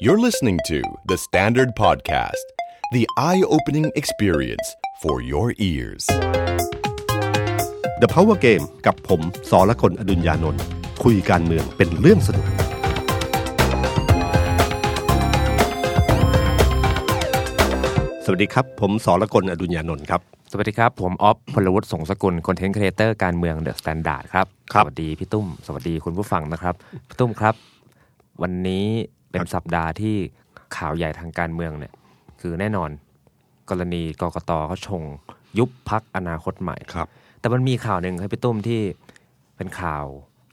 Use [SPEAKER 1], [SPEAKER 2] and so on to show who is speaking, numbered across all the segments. [SPEAKER 1] You're listening to The Standard Podcast, the eye opening experience for your ears.
[SPEAKER 2] The Power Game กับผมสอละคนอดุญญานนท์คุยการเมืองเป็นเรื่องสนุก สวัสดีครับ ผมสอละคนอดุญญานนท์ครับ
[SPEAKER 3] สวัสดีครับ ผมออฟพลวุฒิสงสกุลคอนเทนต์ครีเอเตอร์การเมืองเดอะสแตนดาร์ดครับ
[SPEAKER 2] ครับ
[SPEAKER 3] สวัสดีพี่ตุ้ม สวัสดีคุณผู้ฟังนะครับ พี่ตุ้มครับ วันนี้เป็นสัปดาห์ที่ข่าวใหญ่ทางการเมืองเนี่ย คือแน่นอนกรณีกกตเขาชง ยุบพักอนาคตใหม่
[SPEAKER 2] ครับ
[SPEAKER 3] แต่มันมีข่าวหนึ่งครับพี่ตุ้มที่เป็นข่าว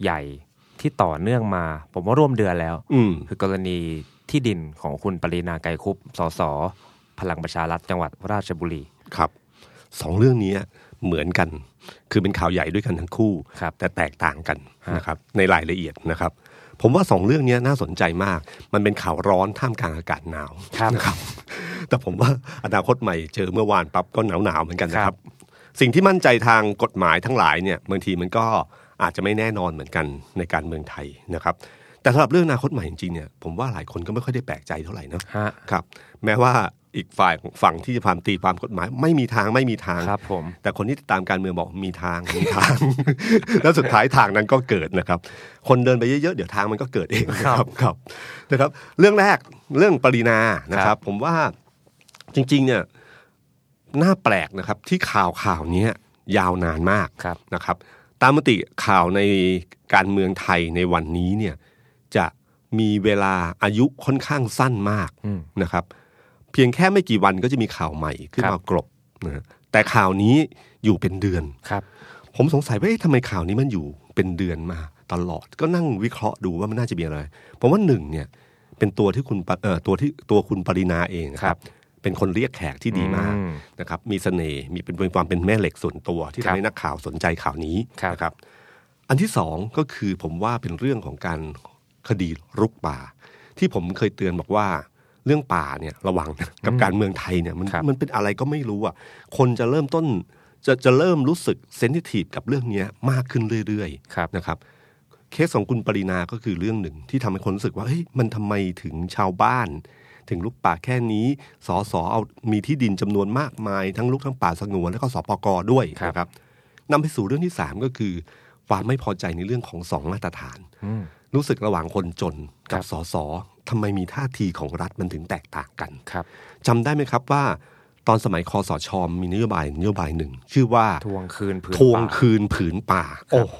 [SPEAKER 3] ใหญ่ที่ต่อเนื่องมา ผมว่าร่วมเดือนแล้ว
[SPEAKER 2] อืม
[SPEAKER 3] คือกรณีที่ดินของคุณปรีนาไกรคุปสสพลังประชารัฐจังหวัดราชบุรี
[SPEAKER 2] ครับสองเรื่องนี้เหมือนกัน คือเป็นข่าวใหญ่ด้วยกันทั้งคู่
[SPEAKER 3] ครับ
[SPEAKER 2] แต่แตกต่างกัน
[SPEAKER 3] ฮะ
[SPEAKER 2] นะครับในรายละเอียดนะครับ ผมว่าสองเรื่องนี้น่าสนใจมาก มันเป็นข่าวร้อนท่ามกลางอากาศหนาวนะครับ แต่ผมว่าอนาคตใหม่เจอเมื่อวานปั๊บก็หนาวหนาวๆเหมือนกันนะครับ สิ่งที่มั่นใจทางกฎหมายทั้งหลายเนี่ยบางทีมันก็อาจจะไม่แน่นอนเหมือนกันในการเมืองไทยนะครับ แต่สำหรับเรื่องอนาคตใหม่จริงๆเนี่ยผมว่าหลายคนก็ไม่ค่อยได้แปลกใจเท่าไหร่เนอะ
[SPEAKER 3] ฮะ
[SPEAKER 2] ครับแม้ว่าอีกฝ่ายฝั่งที่จะความตีความกฎหมาย ไม่มีทางไม่มีทาง
[SPEAKER 3] ครับผม
[SPEAKER 2] แต่คนที่ติดตามการเมืองบอกมีทาง มีทาง แล้วสุดท้ายทางนั้นก็เกิดนะครับ คนเดินไปเยอะๆเดี๋ยวทางมันก็เกิดเองนะครับครับนะครับ เรื่องแรกเรื่องปรินานะค
[SPEAKER 3] ครั
[SPEAKER 2] รับ
[SPEAKER 3] บ
[SPEAKER 2] ผมว่าจริง ๆ เนี่ยน่าแปลกนะครับ ที่ข่าวข่าวเนี้ยยาวนานมาก
[SPEAKER 3] ครับ
[SPEAKER 2] นะครับตามมติข่าวในการเมืองไทยในวันนี้เนี่ยจะมีเวลาอายุค่อนข้างสั้นมาก
[SPEAKER 3] อืม
[SPEAKER 2] นะครับ เพียงแค่ไม่กี่วันก็จะมีข่าวใหม่ขึ้น
[SPEAKER 3] ครั
[SPEAKER 2] มา
[SPEAKER 3] บ
[SPEAKER 2] กรบนะแต่ข่าวนี้อยู่เป็นเดือน
[SPEAKER 3] ครับ
[SPEAKER 2] ผมสงสัยว่าเอ๊ะทำไมข่าวนี้มันอยู่เป็นเดือนมาตลอด ก็นั่งวิเคราะห์ดูว่ามันน่าจะมีอะไรผมว่าหนึ่งเนี่ยเป็นตัวที่คุณปะเอ่อตัวที่ตัวคุณปรินาเองนะค
[SPEAKER 3] ครั
[SPEAKER 2] รับ บ เป็นคนเรียกแขกที่ดีมาก
[SPEAKER 3] อื
[SPEAKER 2] นะครับมีเสน่ห์มีเป็นมีความเป็นแม่เหล็กส่วนตัวที่
[SPEAKER 3] ครับ
[SPEAKER 2] ทำให้นักข่าวสนใจข่าวนี้
[SPEAKER 3] ครับ
[SPEAKER 2] นะครับ อันที่สองก็คือผมว่าเป็นเรื่องของการคดีรุกป่า ที่ผมเคยเตือนบอกว่า เรื่องป่าเนี่ยระวังนะกับการเมืองไทยเนี่ยมัน
[SPEAKER 3] ครับ
[SPEAKER 2] มันเป็นอะไรก็ไม่รู้อ่ะคนจะเริ่มต้นจะจะเริ่มรู้สึกเซนซิทีฟกับเรื่องเนี้ยมากขึ้นเรื่อย
[SPEAKER 3] ครับ
[SPEAKER 2] ๆนะครับ เคสของคุณปรินาก็คือเรื่องหนึ่งที่ทำให้คนรู้สึกว่าเฮ้ยมันทำไมถึงชาวบ้าน ถึงลูกป่าแค่นี้สอสอเอามีที่ดินจำนวนมากมาย ทั้งลูกทั้งป่าสงวนแล้วก็สปกด้วย
[SPEAKER 3] ครับ
[SPEAKER 2] นะครับนำไปสู่เรื่องที่ 3 ก็คือ ความไม่พอใจในเรื่องของสองมาตรฐาน
[SPEAKER 3] อืม
[SPEAKER 2] รู้สึกระหว่างคนจน
[SPEAKER 3] ครั
[SPEAKER 2] กับบ สอสอทำไมมีท่าทีของรัฐมันถึงแตกต่างกัน
[SPEAKER 3] ครับ
[SPEAKER 2] จำได้ไหมครับว่า ตอนสมัยคอสชมีนโยบายนโยบายหนึ่ง ชื่อว่า
[SPEAKER 3] ทวงคืนผืน
[SPEAKER 2] ทวง
[SPEAKER 3] ป่า
[SPEAKER 2] คืนผืนป่า โอ้โห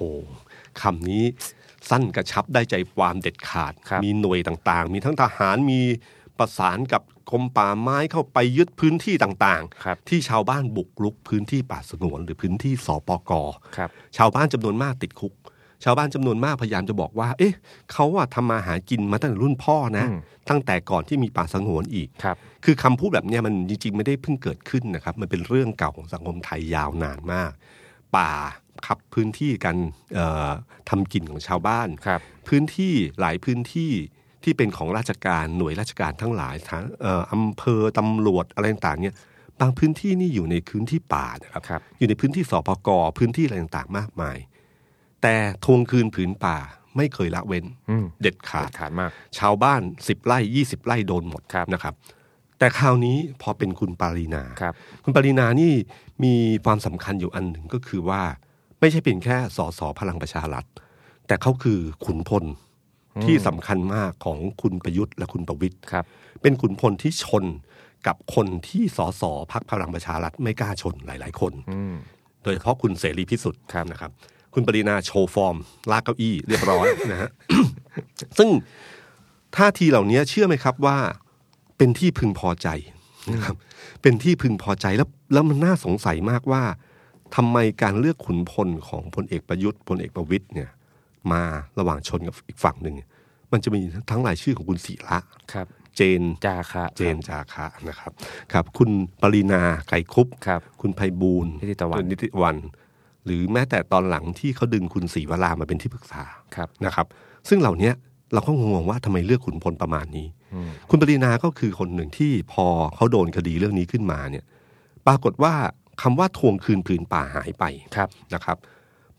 [SPEAKER 2] คำนี้สั้นกระชับได้ใจความเด็ดขาด
[SPEAKER 3] ครับ
[SPEAKER 2] มีหน่วยต่างๆ มีทั้งทหารมีประสานกับกรมป่าไม้เข้าไปยึดพื้นที่ต่าง
[SPEAKER 3] ครับ
[SPEAKER 2] ๆ ที่ชาวบ้านบุกรุกพื้นที่ป่าสงวนหรือพื้นที่สปก
[SPEAKER 3] ครับ
[SPEAKER 2] ชาวบ้านจำนวนมากติดคุก ชาวบ้านจำนวนมากพยายามจะบอกว่า เอ๊ะ เขาอะทำมาหากินมาตั้งแต่รุ่นพ่อนะ
[SPEAKER 3] อืม
[SPEAKER 2] ตั้งแต่ก่อนที่มีป่าสงวนอีก
[SPEAKER 3] ครับ
[SPEAKER 2] คือคำพูดแบบเนี้ยมันจริงๆ ไม่ได้เพิ่งเกิดขึ้นนะครับ มันเป็นเรื่องเก่าของสังคมไทยยาวนานมาก ป่าครับพื้นที่การเอ่อทำกินของชาวบ้าน
[SPEAKER 3] ครับ
[SPEAKER 2] พื้นที่หลายพื้นที่ที่เป็นของราชการหน่วยราชการทั้งหลายทางเอ่ออำเภอตำรวจอะไรต่างๆเนี่ยบางพื้นที่นี่อยู่ในพื้นที่ป่านะครับ
[SPEAKER 3] ครับ
[SPEAKER 2] อยู่ในพื้นที่สปกพื้นที่อะไรต่างๆ มากมาย แต่ทวงคืนผืนป่าไม่เคยละเว้น
[SPEAKER 3] อืม
[SPEAKER 2] เด็ดขา
[SPEAKER 3] เด็
[SPEAKER 2] ด
[SPEAKER 3] ดขาดมาก
[SPEAKER 2] ชาวบ้านสิบไร่ยี่สิบไร่โดนหมด
[SPEAKER 3] ครับ
[SPEAKER 2] นะครับ แต่คราวนี้พอเป็นคุณปารีนา
[SPEAKER 3] ครับ
[SPEAKER 2] คุณปารีนานี่มีความสำคัญอยู่อันหนึ่งก็คือว่า ไม่ใช่เป็นแค่สสพลังประชารัฐ แต่เขาคือขุนพลที่สำคัญมากของคุณประยุทธ์และคุณประวิตย
[SPEAKER 3] ครับ
[SPEAKER 2] เป็นขุนพลที่ชนกับคนที่สสพักพลังประชารัฐไม่กล้าชนหลาย ๆ คน
[SPEAKER 3] อืม
[SPEAKER 2] โดยเฉพาะคุณเสรีพิสุทธิ์
[SPEAKER 3] ครับ
[SPEAKER 2] นะครับ คุณปรินาโชว์ฟอร์ม ลากเก้าอี้เรียบร้ อย นะฮ ะ ซึ่งท่าทีเหล่านี้เชื่อไหมครับว่า เป็นที่พึงพอใจนะครับ เป็นที่พึงพอใจแล้วแล้วมันน่าสงสัยมากว่าทำไมการเลือกขุนพลของพลเอกประยุทธ์พลเอกประวิตยเนี่ย มาระหว่างชนกับอีกฝั่งหนึ่งเนี่ยมันจะมีทั้งรายชื่อของคุณศิระ
[SPEAKER 3] ครับ
[SPEAKER 2] เจน
[SPEAKER 3] จาคะ
[SPEAKER 2] เจนจาคะนะครับ ครับ คุณปรินาไก่คุป
[SPEAKER 3] ครับ
[SPEAKER 2] คุณไพบูลย์
[SPEAKER 3] นิติตะวัน
[SPEAKER 2] นิติวัน หรือแม้แต่ตอนหลังที่เขาดึงคุณศรีวรามาเป็นที่ปรึกษา
[SPEAKER 3] ครับ
[SPEAKER 2] นะครับ ซึ่งเหล่าเนี้ยเราก็งงว่าทำไมเลือกขุนพลประมาณนี้
[SPEAKER 3] อืม
[SPEAKER 2] คุณปรีนาก็คือคนหนึ่งที่พอเขาโดนคดีเรื่องนี้ขึ้นมาเนี่ย ปรากฏว่าคำว่าทวงคืนผืนป่าหายไป
[SPEAKER 3] ครับ
[SPEAKER 2] นะครับ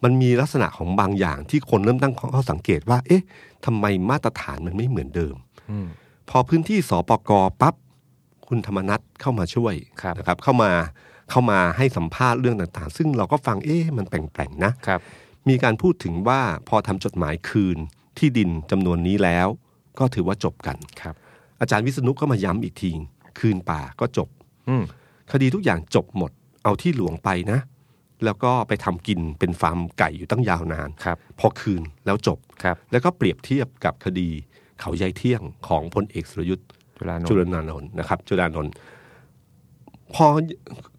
[SPEAKER 2] มันมีลักษณะของบางอย่างที่คนเริ่มตั้งข้อสังเกตว่า เอ๊ะทำไมมาตรฐานมันไม่เหมือนเดิม
[SPEAKER 3] อืม
[SPEAKER 2] พอพื้นที่สปกปั๊บคุณธรรมนัทเข้ามาช่วย
[SPEAKER 3] ครับ
[SPEAKER 2] นะครับ เข้ามาเข้ามาให้สัมภาษณ์เรื่องต่างๆ ซึ่งเราก็ฟังเอ๊ะมันแปลกๆนะ
[SPEAKER 3] ครับ
[SPEAKER 2] มีการพูดถึงว่าพอทำจดหมายคืนที่ดินจำนวนนี้แล้ว ก็ถือว่าจบกัน
[SPEAKER 3] ครับ
[SPEAKER 2] อาจารย์วิษณุก็มาย้ำอีกที คืนป่าก็จบ
[SPEAKER 3] อืม
[SPEAKER 2] คดีทุกอย่างจบหมด เอาที่หลวงไปนะ แล้วก็ไปทำกินเป็นฟาร์มไก่อยู่ตั้งยาวนาน
[SPEAKER 3] ครับ
[SPEAKER 2] พอคืนแล้วจบ
[SPEAKER 3] ครับ
[SPEAKER 2] แล้วก็เปรียบเทียบกับคดีเขายายเที่ยงของพลเอกสุรยุทธ์
[SPEAKER 3] จุฬาโน
[SPEAKER 2] จุล
[SPEAKER 3] นท์
[SPEAKER 2] นานนท์นะครับ จุลานนท์พอ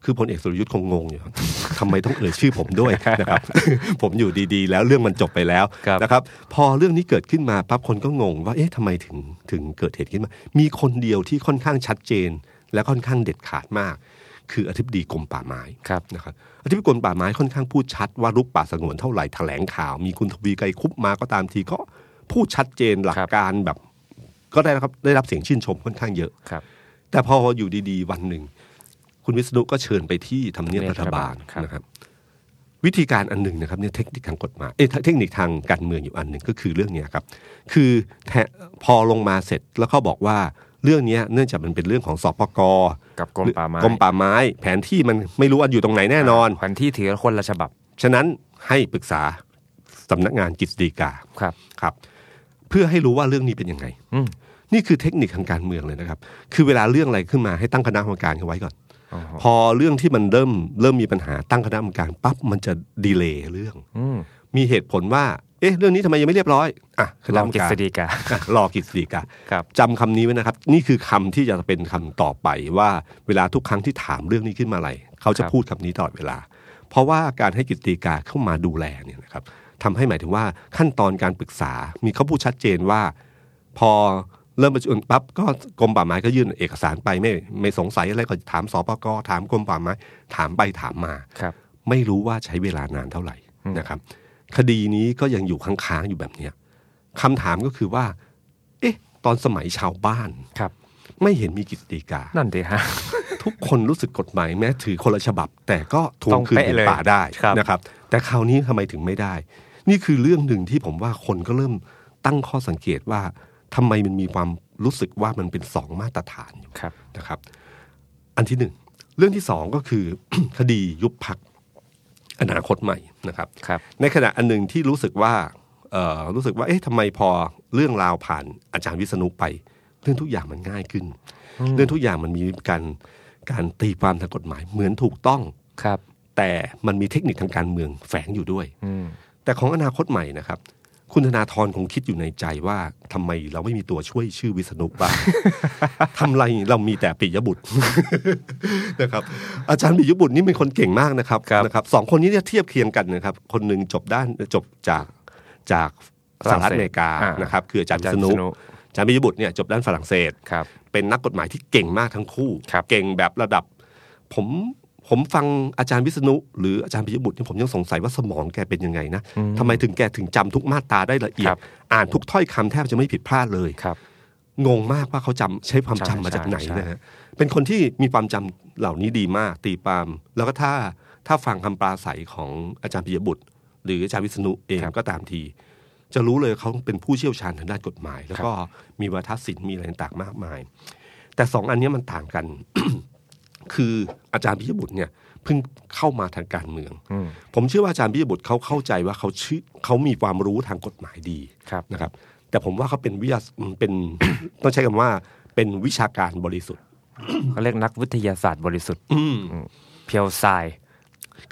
[SPEAKER 2] คือพลเอกสุรยุทธ์คงงงอยู่ครับ ทำไมต้องเอ่ยชื่อผมด้วยนะครับ ผมอยู่ดีๆ แล้วเรื่องมันจบไปแล้ว
[SPEAKER 3] ครับ
[SPEAKER 2] นะครับ พอเรื่องนี้เกิดขึ้นมาปั๊บคนก็งง ว่าเอ๊ะทำไมถึงถึงเกิดเหตุขึ้นมา มีคนเดียวที่ค่อนข้างชัดเจน และค่อนข้างเด็ดขาดมาก คืออธิบดีกรมป่าไม้
[SPEAKER 3] ครับ
[SPEAKER 2] นะครับอธิบดีกรมป่าไม้ค่อนข้างพูดชัดว่ารุกป่าสงวนเท่าไหร่แถลงข่าว มีคุณทวีไกรคุบมาก็ตามทีก็พูดชัดเจนหลักการแบบ ก็ได้นะครับได้รับเสียงชื่นชมค่อนข้างเยอะ
[SPEAKER 3] ครับ
[SPEAKER 2] แต่พออยู่ดีๆ วันหนึ่ง คุณวิษณุก็เชิญไปที่ทำเนียบรัฐบาล
[SPEAKER 3] ครับ
[SPEAKER 2] นะครับ วิธีการอันหนึ่งนะครับเนี่ยเทคนิคทางกฎหมายเอ้ยเทคนิคทางการเมืองอยู่อันหนึ่งก็คือเรื่องเนี้ยครับ คือแทะพอลงมาเสร็จแล้วก็บอกว่าเรื่องเนี้ยเนื่องจากมันเป็นเรื่องของสปก
[SPEAKER 3] กับกรมป่าไม้
[SPEAKER 2] กรมป่าไม้ แผนที่มันไม่รู้ว่าอยู่ตรงไหนแน่นอน
[SPEAKER 3] แผนที่ถือคนละฉบับ
[SPEAKER 2] ฉะนั้นให้ปรึกษาสำนักงานกฤษฎีกา
[SPEAKER 3] ครับ
[SPEAKER 2] ครับ เพื่อให้รู้ว่าเรื่องนี้เป็นยังไง
[SPEAKER 3] อืม
[SPEAKER 2] นี่คือเทคนิคทางการเมืองเลยนะครับ คือเวลาเรื่องอะไรขึ้นมาให้ตั้งคณะกรรมการเอาไว้ก่อน
[SPEAKER 3] อ๋อ
[SPEAKER 2] พอเรื่องที่มันเริ่มเริ่มมีปัญหาตั้งคณะกรรมการปั๊บมันจะดีเลย์เรื่อง
[SPEAKER 3] อืม
[SPEAKER 2] มีเหตุผลว่า เอ๊ะ เรื่องนี้ทำไมยังไม่เรียบร้อยอ่ะคณะ
[SPEAKER 3] ล
[SPEAKER 2] กร
[SPEAKER 3] อง
[SPEAKER 2] รม
[SPEAKER 3] กฤ
[SPEAKER 2] การ
[SPEAKER 3] ษฎีกา
[SPEAKER 2] อ่ะรอกฤษฎีกา
[SPEAKER 3] ครับ
[SPEAKER 2] จำคำนี้ไว้นะครับ นี่คือคำที่จะเป็นคำต่อไปว่าเวลาทุกครั้งที่ถามเรื่องนี้ขึ้นมาอะไรเขาจะพูดคำนี้ตลอดเวลา เพราะว่าการให้กิจตีกาเข้ามาดูแลเนี่ยนะครับทำให้หมายถึงว่าขั้นตอนการปรึกษา มีเขาพูดชัดเจนว่า พอเริ่มประชุมปั๊บก็กรมป่าไม้ก็ยื่นเอกสารไปไม่ไม่สงสัยอะไรก็ถามสปกถามกรมป่าไม้ถามไปถามมา
[SPEAKER 3] ครับ
[SPEAKER 2] ไม่รู้ว่าใช้เวลานานเท่าไหร่นะครับ คดีนี้ก็ยังอยู่ค้างๆอยู่แบบเนี้ยคำถามก็คือว่า เอ๊ะ ตอนสมัยชาวบ้าน
[SPEAKER 3] ครับ
[SPEAKER 2] ไม่เห็นมีกิจฎีกา
[SPEAKER 3] นั่นดีฮะ
[SPEAKER 2] ทุกคนรู้สึกกฎหมายแม้ถือคนละฉบับ แต่ก็ทวงคืน
[SPEAKER 3] ต้องเป๊ะ
[SPEAKER 2] ผืน
[SPEAKER 3] เลย
[SPEAKER 2] ป่าได้
[SPEAKER 3] ครับ
[SPEAKER 2] นะครับ แต่คราวนี้ทำไมถึงไม่ได้ นี่คือเรื่องหนึ่งที่ผมว่าคนก็เริ่มตั้งข้อสังเกตว่าทำไมมันมีความรู้สึกว่ามันเป็นสองมาตรฐานอยู่
[SPEAKER 3] ครับ
[SPEAKER 2] นะครับอันที่หนึ่งเรื่องที่สองก็คือ คดียุบพักอนาคตใหม่นะครับ
[SPEAKER 3] ครับ
[SPEAKER 2] ในขณะอันหนึ่งที่รู้สึกว่าเอ่อรู้สึกว่าเอ๊ะทำไมพอเรื่องราวผ่านอาจารย์วิษณุไป เรื่องทุกอย่างมันง่ายขึ้น เรื่องทุกอย่างมันมีการการตีความทางกฎหมายเหมือนถูกต้อง
[SPEAKER 3] ครับ
[SPEAKER 2] แต่มันมีเทคนิคทางการเมืองแฝงอยู่ด้วย
[SPEAKER 3] อืม
[SPEAKER 2] แต่ของอนาคตใหม่นะครับ คุณธนาธรคงคิดอยู่ในใจว่าทำไมเราไม่มีตัวช่วยชื่อวิษณุบ้าง ทำไรเรามีแต่ปิยบุตร นะครับ อาจารย์ปิยบุตรนี่เป็นคนเก่งมากนะครับนะครับสองคนนี้เนี่ยเทียบเคียงกันนะครับ คนหนึ่งจบด้านจบจากจากสหรัฐอเมริกา
[SPEAKER 3] อ่
[SPEAKER 2] นะครับ คืออาจารย์
[SPEAKER 3] อา
[SPEAKER 2] วิ
[SPEAKER 3] จาร
[SPEAKER 2] ษ
[SPEAKER 3] ย์
[SPEAKER 2] ณุ
[SPEAKER 3] วิษณุ
[SPEAKER 2] อาจารย์ปิยบุตรเนี่ยจบด้านฝรั่งเศส
[SPEAKER 3] ครับ
[SPEAKER 2] เป็นนักกฎหมายที่เก่งมากทั้งคู่
[SPEAKER 3] ครับ
[SPEAKER 2] เก่งแบบระดับ ผมผมฟังอาจารย์วิษณุหรืออาจารย์ปิยบุตรเนี่ยผมยังสงสัยว่าสมองแกเป็นยังไงนะทำไมถึงแกถึงจำทุกมาตราได้ละเอียด
[SPEAKER 3] ครับ
[SPEAKER 2] อ่านทุกถ้อยคำแทบจะไม่ผิดพลาดเลย
[SPEAKER 3] ครับ
[SPEAKER 2] งงมากว่าเขาจำใช้ความ
[SPEAKER 3] ใช่
[SPEAKER 2] จำมาจากไหน
[SPEAKER 3] ใช่ใช่
[SPEAKER 2] นะฮะเป็นคนที่มีความจำเหล่านี้ดีมาก ตีปาม แล้วก็ถ้าถ้าฟังคำปราศัยของอาจารย์ปิยบุตร หรืออาจารย์วิษณุเองก็ตามที จะรู้เลยเขาเป็นผู้เชี่ยวชาญทางด้านกฎหมาย แล้วก็มีวาทศิลป์มีอะไรต่างๆมากมาย แต่สองอันเนี้ยมันต่างกัน คืออาจารย์พิยบุตรเนี่ยเพิ่งเข้ามาทางการเมือง
[SPEAKER 3] อืม
[SPEAKER 2] ผมเชื่อว่าอาจารย์พิยบุตรเขาเข้าใจว่าเขาชื่อเขามีความรู้ทางกฎหมายดี
[SPEAKER 3] ครับ
[SPEAKER 2] นะครับ แต่ผมว่าเขาเป็นวิทยาเป็น ต้องใช้คำว่าเป็นวิชาการบริสุทธิ์
[SPEAKER 3] เขาเรียกนักวิทยาศาสตร์บริสุทธิ์
[SPEAKER 2] อืม
[SPEAKER 3] เพียวไซด์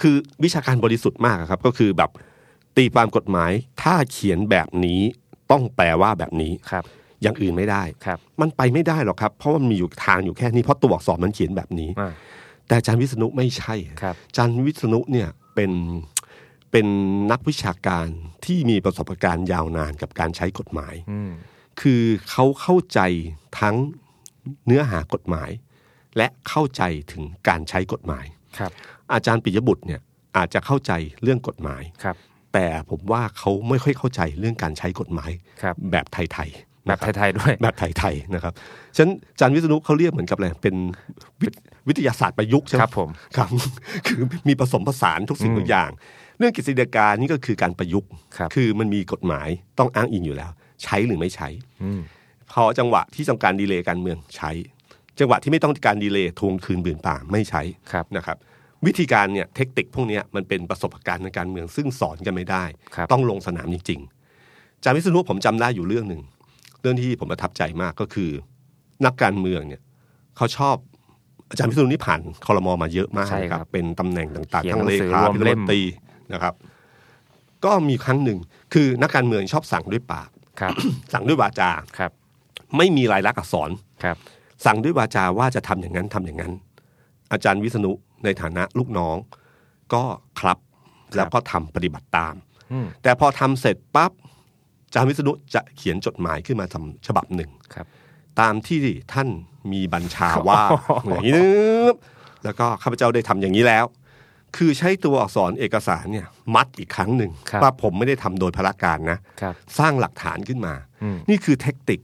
[SPEAKER 2] คือวิชาการบริสุทธิ์มากอะครับก็คือแบบตีความกฎหมาย ถ้าเขียนแบบนี้ต้องแปลว่าแบบนี้
[SPEAKER 3] ครับ
[SPEAKER 2] อย่างอื่นไม่ได้
[SPEAKER 3] ครับ
[SPEAKER 2] มันไปไม่ได้หรอกครับ เพราะว่ามันมีอยู่ทางอยู่แค่นี้เพราะตัวอักษรมันเขียนแบบนี้
[SPEAKER 3] อ่า
[SPEAKER 2] แต่อาจารย์วิษณุไม่ใช่
[SPEAKER 3] ครับ
[SPEAKER 2] อาจารย์วิษณุเนี่ยเป็นเป็นนักวิชาการที่มีประสบการณ์ยาวนานกับการใช้กฎหมาย
[SPEAKER 3] อืม
[SPEAKER 2] คือเขาเข้าใจทั้งเนื้อหากฎหมาย และเข้าใจถึงการใช้กฎหมาย
[SPEAKER 3] ครับ
[SPEAKER 2] อาจารย์ปิยบุตรเนี่ยอาจจะเข้าใจเรื่องกฎหมาย
[SPEAKER 3] ครับ
[SPEAKER 2] แต่ผมว่าเขาไม่ค่อยเข้าใจเรื่องการใช้กฎหมาย
[SPEAKER 3] ครับ
[SPEAKER 2] แบบไทยๆ
[SPEAKER 3] แบ
[SPEAKER 2] นะ
[SPEAKER 3] บ
[SPEAKER 2] ครับ
[SPEAKER 3] ไทยๆด้วย
[SPEAKER 2] แบบไทยๆนะครับ ฉะนันอาจารย์วิษณุเขาเรียกเหมือนกับอะไร เป็นวิทวิทยาศาสตร์ประยุกต์ใช่ไหม
[SPEAKER 3] ครับผม
[SPEAKER 2] ครับ คือมีผสมผสานทุกสิ่งทุกอย่าง เรื่องกิจสิการนี่ก็คือการประยุกต์
[SPEAKER 3] ครับ
[SPEAKER 2] อมันมีกฎหมายต้องอ้างอิงอยู่แล้ว ใช้หรือไม่ใช้
[SPEAKER 3] อืม
[SPEAKER 2] พอจังหวะที่ต้องการดีเลย์การเมืองใช้ จังหวะที่ไม่ต้องการดีเลย์ทวงคืนบืนป่าไม่ใช้
[SPEAKER 3] ครับ
[SPEAKER 2] นะครับวิธีการเนี่ยเทคนิคพวกเนี้ยมันเป็นประสบการณ์ทางการเมืองซึ่งสอนกันไม่ได้
[SPEAKER 3] ครับ
[SPEAKER 2] ต้องลงสนามจริงๆอาจารย์วิษณุผมจำได้อยู่เรื่องหนึ่งเรื่องที่ผมประทับใจมากก็คือ นักการเมืองเนี่ยเขาชอบอาจารย์วิษณุนี่ผ่านคอรมอมาเยอะมาก
[SPEAKER 3] ใช่
[SPEAKER 2] นะ
[SPEAKER 3] ค
[SPEAKER 2] ค
[SPEAKER 3] รั
[SPEAKER 2] รั
[SPEAKER 3] บบ
[SPEAKER 2] เป็นตำแหน่งต่าง
[SPEAKER 3] เขี
[SPEAKER 2] ๆ
[SPEAKER 3] ยน
[SPEAKER 2] ทั้ง
[SPEAKER 3] หนั
[SPEAKER 2] เล
[SPEAKER 3] งสือ
[SPEAKER 2] ขา
[SPEAKER 3] ร่วม
[SPEAKER 2] เป็นรัฐ
[SPEAKER 3] เล่
[SPEAKER 2] ม
[SPEAKER 3] ม
[SPEAKER 2] นตรีนะครับ ก็มีครั้งหนึ่งคือนักการเมืองชอบสั่งด้วยปาก
[SPEAKER 3] ครับ
[SPEAKER 2] สั่งด้วยวาจา
[SPEAKER 3] ครับ
[SPEAKER 2] ไม่มีลายลักษณ์อักษร
[SPEAKER 3] ครับ
[SPEAKER 2] สั่งด้วยวาจาว่าจะทำอย่างนั้นทำอย่างนั้น อาจารย์วิษณุในฐานะลูกน้อง ก็ครับแล้วก็ทำปฏิบัติตาม
[SPEAKER 3] อืม
[SPEAKER 2] แต่พอทำเสร็จปั๊บอาจารย์วิษณุจะเขียนจดหมายขึ้นมาทำฉบับหนึ่ง
[SPEAKER 3] ครับ
[SPEAKER 2] ตามที่ท่านมีบัญชา ว่าอย่างนี้นะครับแล้วก็ข้าพเจ้าได้ทำอย่างนี้แล้ว คือใช้ตัวอักษรเอกสารเนี่ย มัดอีกครั้งหนึ่ง
[SPEAKER 3] ครับ
[SPEAKER 2] ว่าผมไม่ได้ทำโดยพละการนะ
[SPEAKER 3] ครับ
[SPEAKER 2] สร้างหลักฐานขึ้นมา
[SPEAKER 3] อืม
[SPEAKER 2] นี่คือเทคนิค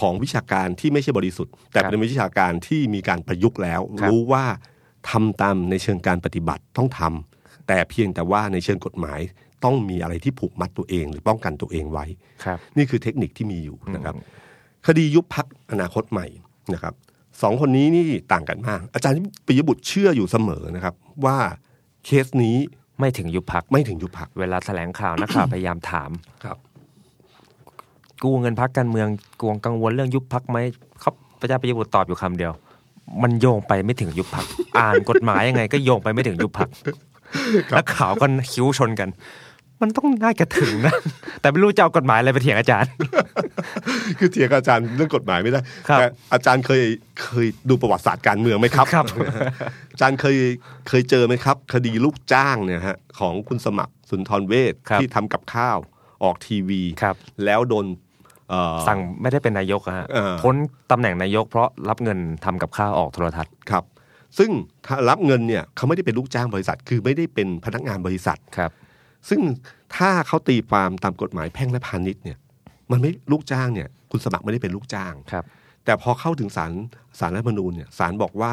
[SPEAKER 2] ของวิชาการที่ไม่ใช่บริสุทธิ์ แต่
[SPEAKER 3] ครับ
[SPEAKER 2] เป็นวิชาการที่มีการประยุกต์แล้ว
[SPEAKER 3] ครับ
[SPEAKER 2] รู้ว่าทำตามในเชิงการปฏิบัติต้องทำแต่เพียงแต่ว่าในเชิงกฎหมายต้องมีอะไรที่ผูกมัดตัวเอง หรือป้องกันตัวเองไว้
[SPEAKER 3] ครับ
[SPEAKER 2] นี่คือเทคนิคที่มีอยู่นะครับ คดียุบพักอนาคตใหม่นะครับสองคนนี้นี่ต่างกันมาก อาจารย์ปิยบุตรเชื่ออยู่เสมอนะครับ ว่าเคสนี้
[SPEAKER 3] ไม่ถึงยุบพัก
[SPEAKER 2] ไม่ถึงยุบพัก
[SPEAKER 3] เวลาแถลงข่าวนัก ข่าว พยายามถาม
[SPEAKER 2] ครับ
[SPEAKER 3] กู้เงินพักการเมืองกวงกังวลเรื่องยุบพักไหมเขาพระเจ้าประยุทธ์ตอบอยู่คำเดียว มันโยงไปไม่ถึงยุบพัก อ่านกฎหมายยังไงก็โยงไปไม่ถึงยุบพักนักข่าวก็คิ้วชนกัน มันต้องน่าจะถึงนะ แต่ไม่รู้จะเอากฎหมายอะไรไปเถียงอาจารย์
[SPEAKER 2] คือเถียงกับอาจารย์เรื่องกฎหมายไม่ได้
[SPEAKER 3] ครับ
[SPEAKER 2] แต่อาจารย์เคยเคยดูประวัติศาสตร์การเมืองไหมครับ
[SPEAKER 3] ครับ
[SPEAKER 2] อาจารย์เคยเคยเจอไหมครับ คดีลูกจ้างเนี่ยฮะของคุณสมัครสุนทรเวช
[SPEAKER 3] ครับ
[SPEAKER 2] ที่ทำกับข้าวออกทีวี
[SPEAKER 3] ครับ
[SPEAKER 2] แล้วโดนเอ่อ
[SPEAKER 3] สั่งไม่ได้เป็นนายกอะฮะ
[SPEAKER 2] เออ
[SPEAKER 3] พ้นตำแหน่งนายกเพราะรับเงินทำกับข้าวออกโทรทัศน์
[SPEAKER 2] ครับ ซึ่งถ้ารับเงินเนี่ยเขาไม่ได้เป็นลูกจ้างบริษัท คือไม่ได้เป็นพนักงานบริษัท
[SPEAKER 3] ครับ
[SPEAKER 2] ซึ่งถ้าเขาตีความตามกฎหมายแพ่งและพาณิชย์เนี่ยมันไม่ลูกจ้างเนี่ยคุณสมัครไม่ได้เป็นลูกจ้าง
[SPEAKER 3] ครับ
[SPEAKER 2] แต่พอเข้าถึงศาลศาลรัฐธรรมนูญเนี่ยศาลบอกว่า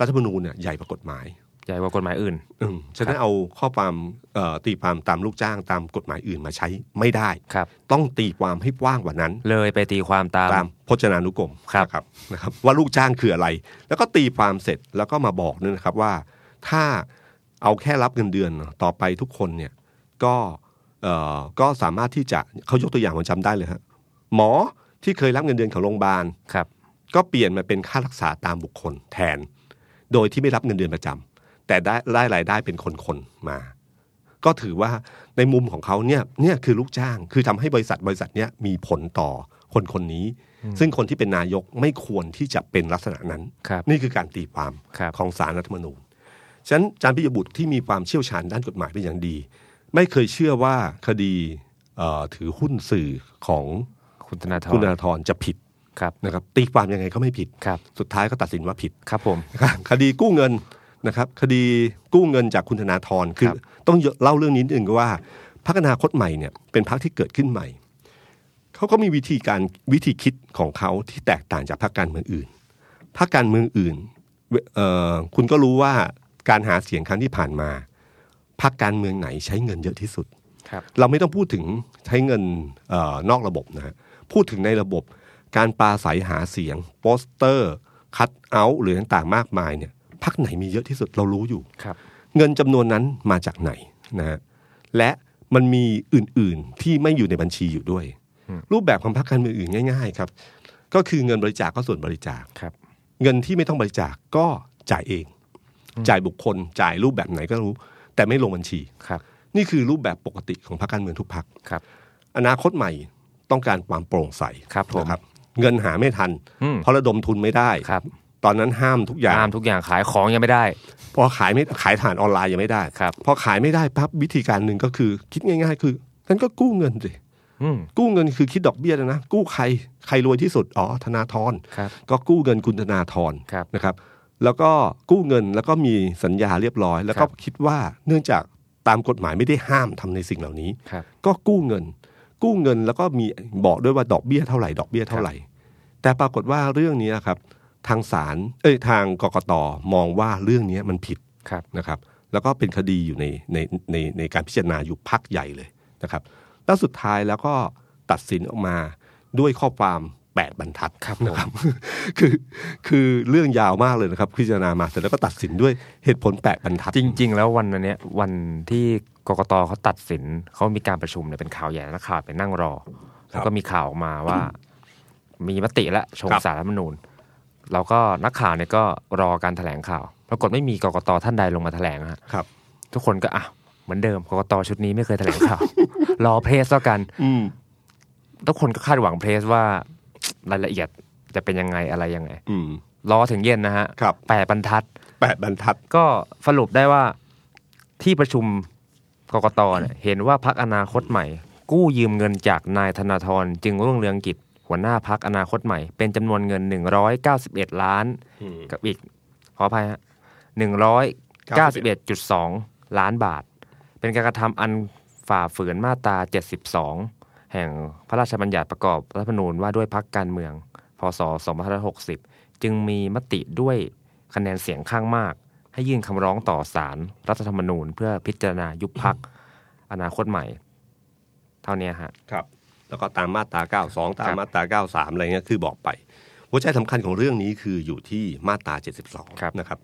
[SPEAKER 2] รัฐธรรมนูญเนี่ยใหญ่กว่ากฎหมาย
[SPEAKER 3] ใหญ่กว่ากฎหมายอื่น
[SPEAKER 2] อืมฉะนั้นเอาข้อความเอ่อตีความตามลูกจ้างตามกฎหมายอื่นมาใช้ไม่ได้
[SPEAKER 3] ครับ
[SPEAKER 2] ต้องตีความให้กว้างกว่านั้น
[SPEAKER 3] เลยไปตีความตาม
[SPEAKER 2] ตามพจนานุกรม
[SPEAKER 3] ครับ
[SPEAKER 2] นะครับนะครับ ว่าลูกจ้างคืออะไร แล้วก็ตีความเสร็จแล้วก็มาบอกด้วยนะครับว่าถ้าเอาแค่รับเงินเดือนเนอะต่อไปทุกคนเนี่ยก็เอ่อก็สามารถที่จะเขายกตัวอย่างผมจำได้เลยฮะหมอที่เคยรับเงินเดือนของโรงพยาบาล
[SPEAKER 3] ครับ
[SPEAKER 2] ก็เปลี่ยนมาเป็นค่ารักษาตามบุคคลแทน โดยที่ไม่รับเงินเดือนประจำแต่ได้ได้รายได้เป็นคนๆมา ก็ถือว่าในมุมของเขาเนี่ยเนี่ยคือลูกจ้างคือทำให้บริษัทบริษัทเนี้ยมีผลต่อคนคนนี้ ซึ่งคนที่เป็นนายกไม่ควรที่จะเป็นลักษณะนั้น
[SPEAKER 3] ครับ
[SPEAKER 2] นี่คือการตีความ
[SPEAKER 3] ครับ
[SPEAKER 2] ของสารรัฐธรรมนูญ ฉะนั้นอาจารย์ปิยบุตรที่มีความเชี่ยวชาญด้านกฎหมายเป็นอย่างดี ไม่เคยเชื่อว่าคดีเอ่อถือหุ้นสื่อของ
[SPEAKER 3] คุณธนาธร
[SPEAKER 2] คุณธนาธรจะผิด
[SPEAKER 3] ครับ
[SPEAKER 2] นะครับตีความยังไงก็ไม่ผิด
[SPEAKER 3] ครับ
[SPEAKER 2] สุดท้ายก็ตัดสินว่าผิด
[SPEAKER 3] ครับผม
[SPEAKER 2] นะครับคดีกู้เงินนะครับ คดีกู้เงินจากคุณธนาธรคือ
[SPEAKER 3] ครับ
[SPEAKER 2] ต้องเล่าเรื่องนี้นิดนึงว่าพรรคอนาคตใหม่เนี่ยเป็นพรรคที่เกิดขึ้นใหม่เขาก็มีวิธีการวิธีคิดของเขาที่แตกต่างจากพรรคการเมืองอื่นพรรคการเมืองอื่นเวเอ่อคุณก็รู้ว่าการหาเสียงครั้งที่ผ่านมาพรรคการเมืองไหนใช้เงินเยอะที่สุด
[SPEAKER 3] ครับ
[SPEAKER 2] เราไม่ต้องพูดถึงใช้เงินเออนอกระบบนะฮะพูดถึงในระบบการปราศัยหาเสียง โปสเตอร์ คัดเอาท์หรือต่างๆมากมายเนี่ยพักไหนมีเยอะที่สุดเรารู้อยู่
[SPEAKER 3] ครับ
[SPEAKER 2] เงินจำนวนนั้นมาจากไหนนะฮะและมันมีอื่นๆที่ไม่อยู่ในบัญชีอยู่ด้วย รูปแบบของพรรคการเมืองอื่นง่าย ๆ ครับ ก็คือเงินบริจาคก็ส่วนบริจาค
[SPEAKER 3] ครับ
[SPEAKER 2] เงินที่ไม่ต้องบริจาคก็จ่ายเอง จ่ายบุคคลจ่ายรูปแบบไหนก็รู้ แต่ไม่ลงบัญชี
[SPEAKER 3] ครับ
[SPEAKER 2] นี่คือรูปแบบปกติของพรรคการเมืองทุกพรรค
[SPEAKER 3] ครับ
[SPEAKER 2] อนาคตใหม่ต้องการความโปร่งใส
[SPEAKER 3] ครับผม
[SPEAKER 2] นะครับ เงินหาไม่ทัน
[SPEAKER 3] อืม
[SPEAKER 2] เพราะระดมทุนไม่ได้
[SPEAKER 3] ครับ
[SPEAKER 2] ตอนนั้นห้ามทุกอย่าง
[SPEAKER 3] ห้ามทุกอย่างขายของยังไม่ได้
[SPEAKER 2] พอขายไม่ขายฐานออนไลน์ยังไม่ได้
[SPEAKER 3] ครับ
[SPEAKER 2] พอขายไม่ได้ปั๊บวิธีการหนึ่งก็คือ คิดง่ายๆ คืองั้นก็กู้เงินสิ
[SPEAKER 3] อืม
[SPEAKER 2] กู้เงินคือคิดดอกเบี้ยนะนะกู้ใครใครรวยที่สุดอ๋อธนาธร
[SPEAKER 3] ครับ
[SPEAKER 2] ก็กู้เงินคุณธนาธร
[SPEAKER 3] ครับ
[SPEAKER 2] นะครับ แล้วก็กู้เงินแล้วก็มีสัญญาเรียบร้อย แล้วก็
[SPEAKER 3] ครับ
[SPEAKER 2] คิดว่าเนื่องจากตามกฎหมายไม่ได้ห้ามทำในสิ่งเหล่านี้
[SPEAKER 3] ครับ
[SPEAKER 2] ก็กู้เงิน กู้เงินแล้วก็มีบอกด้วยว่าดอกเบี้ยเท่าไหร่ดอกเบี้ยเท่าไหร่ แต่ปรากฏว่าเรื่องนี้ครับ ทางศาลเอ้ยทางกกตมองว่าเรื่องนี้มันผิด
[SPEAKER 3] ครับ
[SPEAKER 2] นะครับ แล้วก็เป็นคดีอยู่ในในในในการพิจารณาอยู่พักใหญ่เลยนะครับ แล้วสุดท้ายแล้วก็ตัดสินออกมาด้วยข้อความ 8 บรรทัดครับนะครับ คือคือเรื่องยาวมากเลยนะครับ พิจารณามาเสร็จแล้วก็ตัดสินด้วยเหตุผล 8 บรรทัด
[SPEAKER 3] จริง ๆ แล้ววันนั้นเนี้ยวันที่กกตเขาตัดสินเขามีการประชุมเนี่ยเป็นข่าวใหญ่นักข่าวไปนั่งรอ แล้วก็มีข่าวออกมาว่า มีมติและชง
[SPEAKER 2] ครับ
[SPEAKER 3] สารรัฐธรรมนูญเราก็นักข่าวเนี่ยก็รอการแถลงข่าวปรากฏไม่มีกกตท่านใดลงมาแถลงฮะ
[SPEAKER 2] ครับ
[SPEAKER 3] ทุกคนก็อ่ะเหมือนเดิมกกตชุดนี้ไม่เคยแถลงข่าว รอเพรสแล้วกัน
[SPEAKER 2] อืม
[SPEAKER 3] ทุกคนก็คาดหวังเพรสว่ารายละเอียดจะเป็นยังไงอะไรยังไง
[SPEAKER 2] อืม
[SPEAKER 3] รอถึงเย็นนะฮะ
[SPEAKER 2] ครับ
[SPEAKER 3] แปดบรรทัด
[SPEAKER 2] 8 บรรทัด
[SPEAKER 3] ก็สรุปได้ว่าที่ประชุมกกตเนี่ยเห็นว่าพักอนาคตใหม่ กู้ยืมเงินจากนายธนาธรจึงรุ่งเรืองกิจ หัวหน้าพักอนาคตใหม่ เป็นจำนวนเงิน 191 ล้าน กับอีก ขออภัยฮะ191.2 ล้านบาท เป็นการกระทำอันฝ่าฝืนมาตรา 72 แห่งพระราชบัญญัติประกอบรัฐธรรมนูญว่าด้วยพักการเมือง พศ 2560 จึงมีมติด้วยคะแนนเสียงข้างมาก ให้ยื่นคำร้องต่อศาลรรัฐธรรมนูญ เพื่อพิจารณายุบพัก อนาคตใหม่ เท่านี้ฮะ
[SPEAKER 2] ครับ แล้วก็ตามมาตรา 92 ตาม
[SPEAKER 3] ครับ
[SPEAKER 2] มาตรา 93 อะไรเงี้ยคือบอกไป หัวใจสำคัญของเรื่องนี้คืออยู่ที่มาตรา
[SPEAKER 3] ครับ
[SPEAKER 2] 72 นะครับ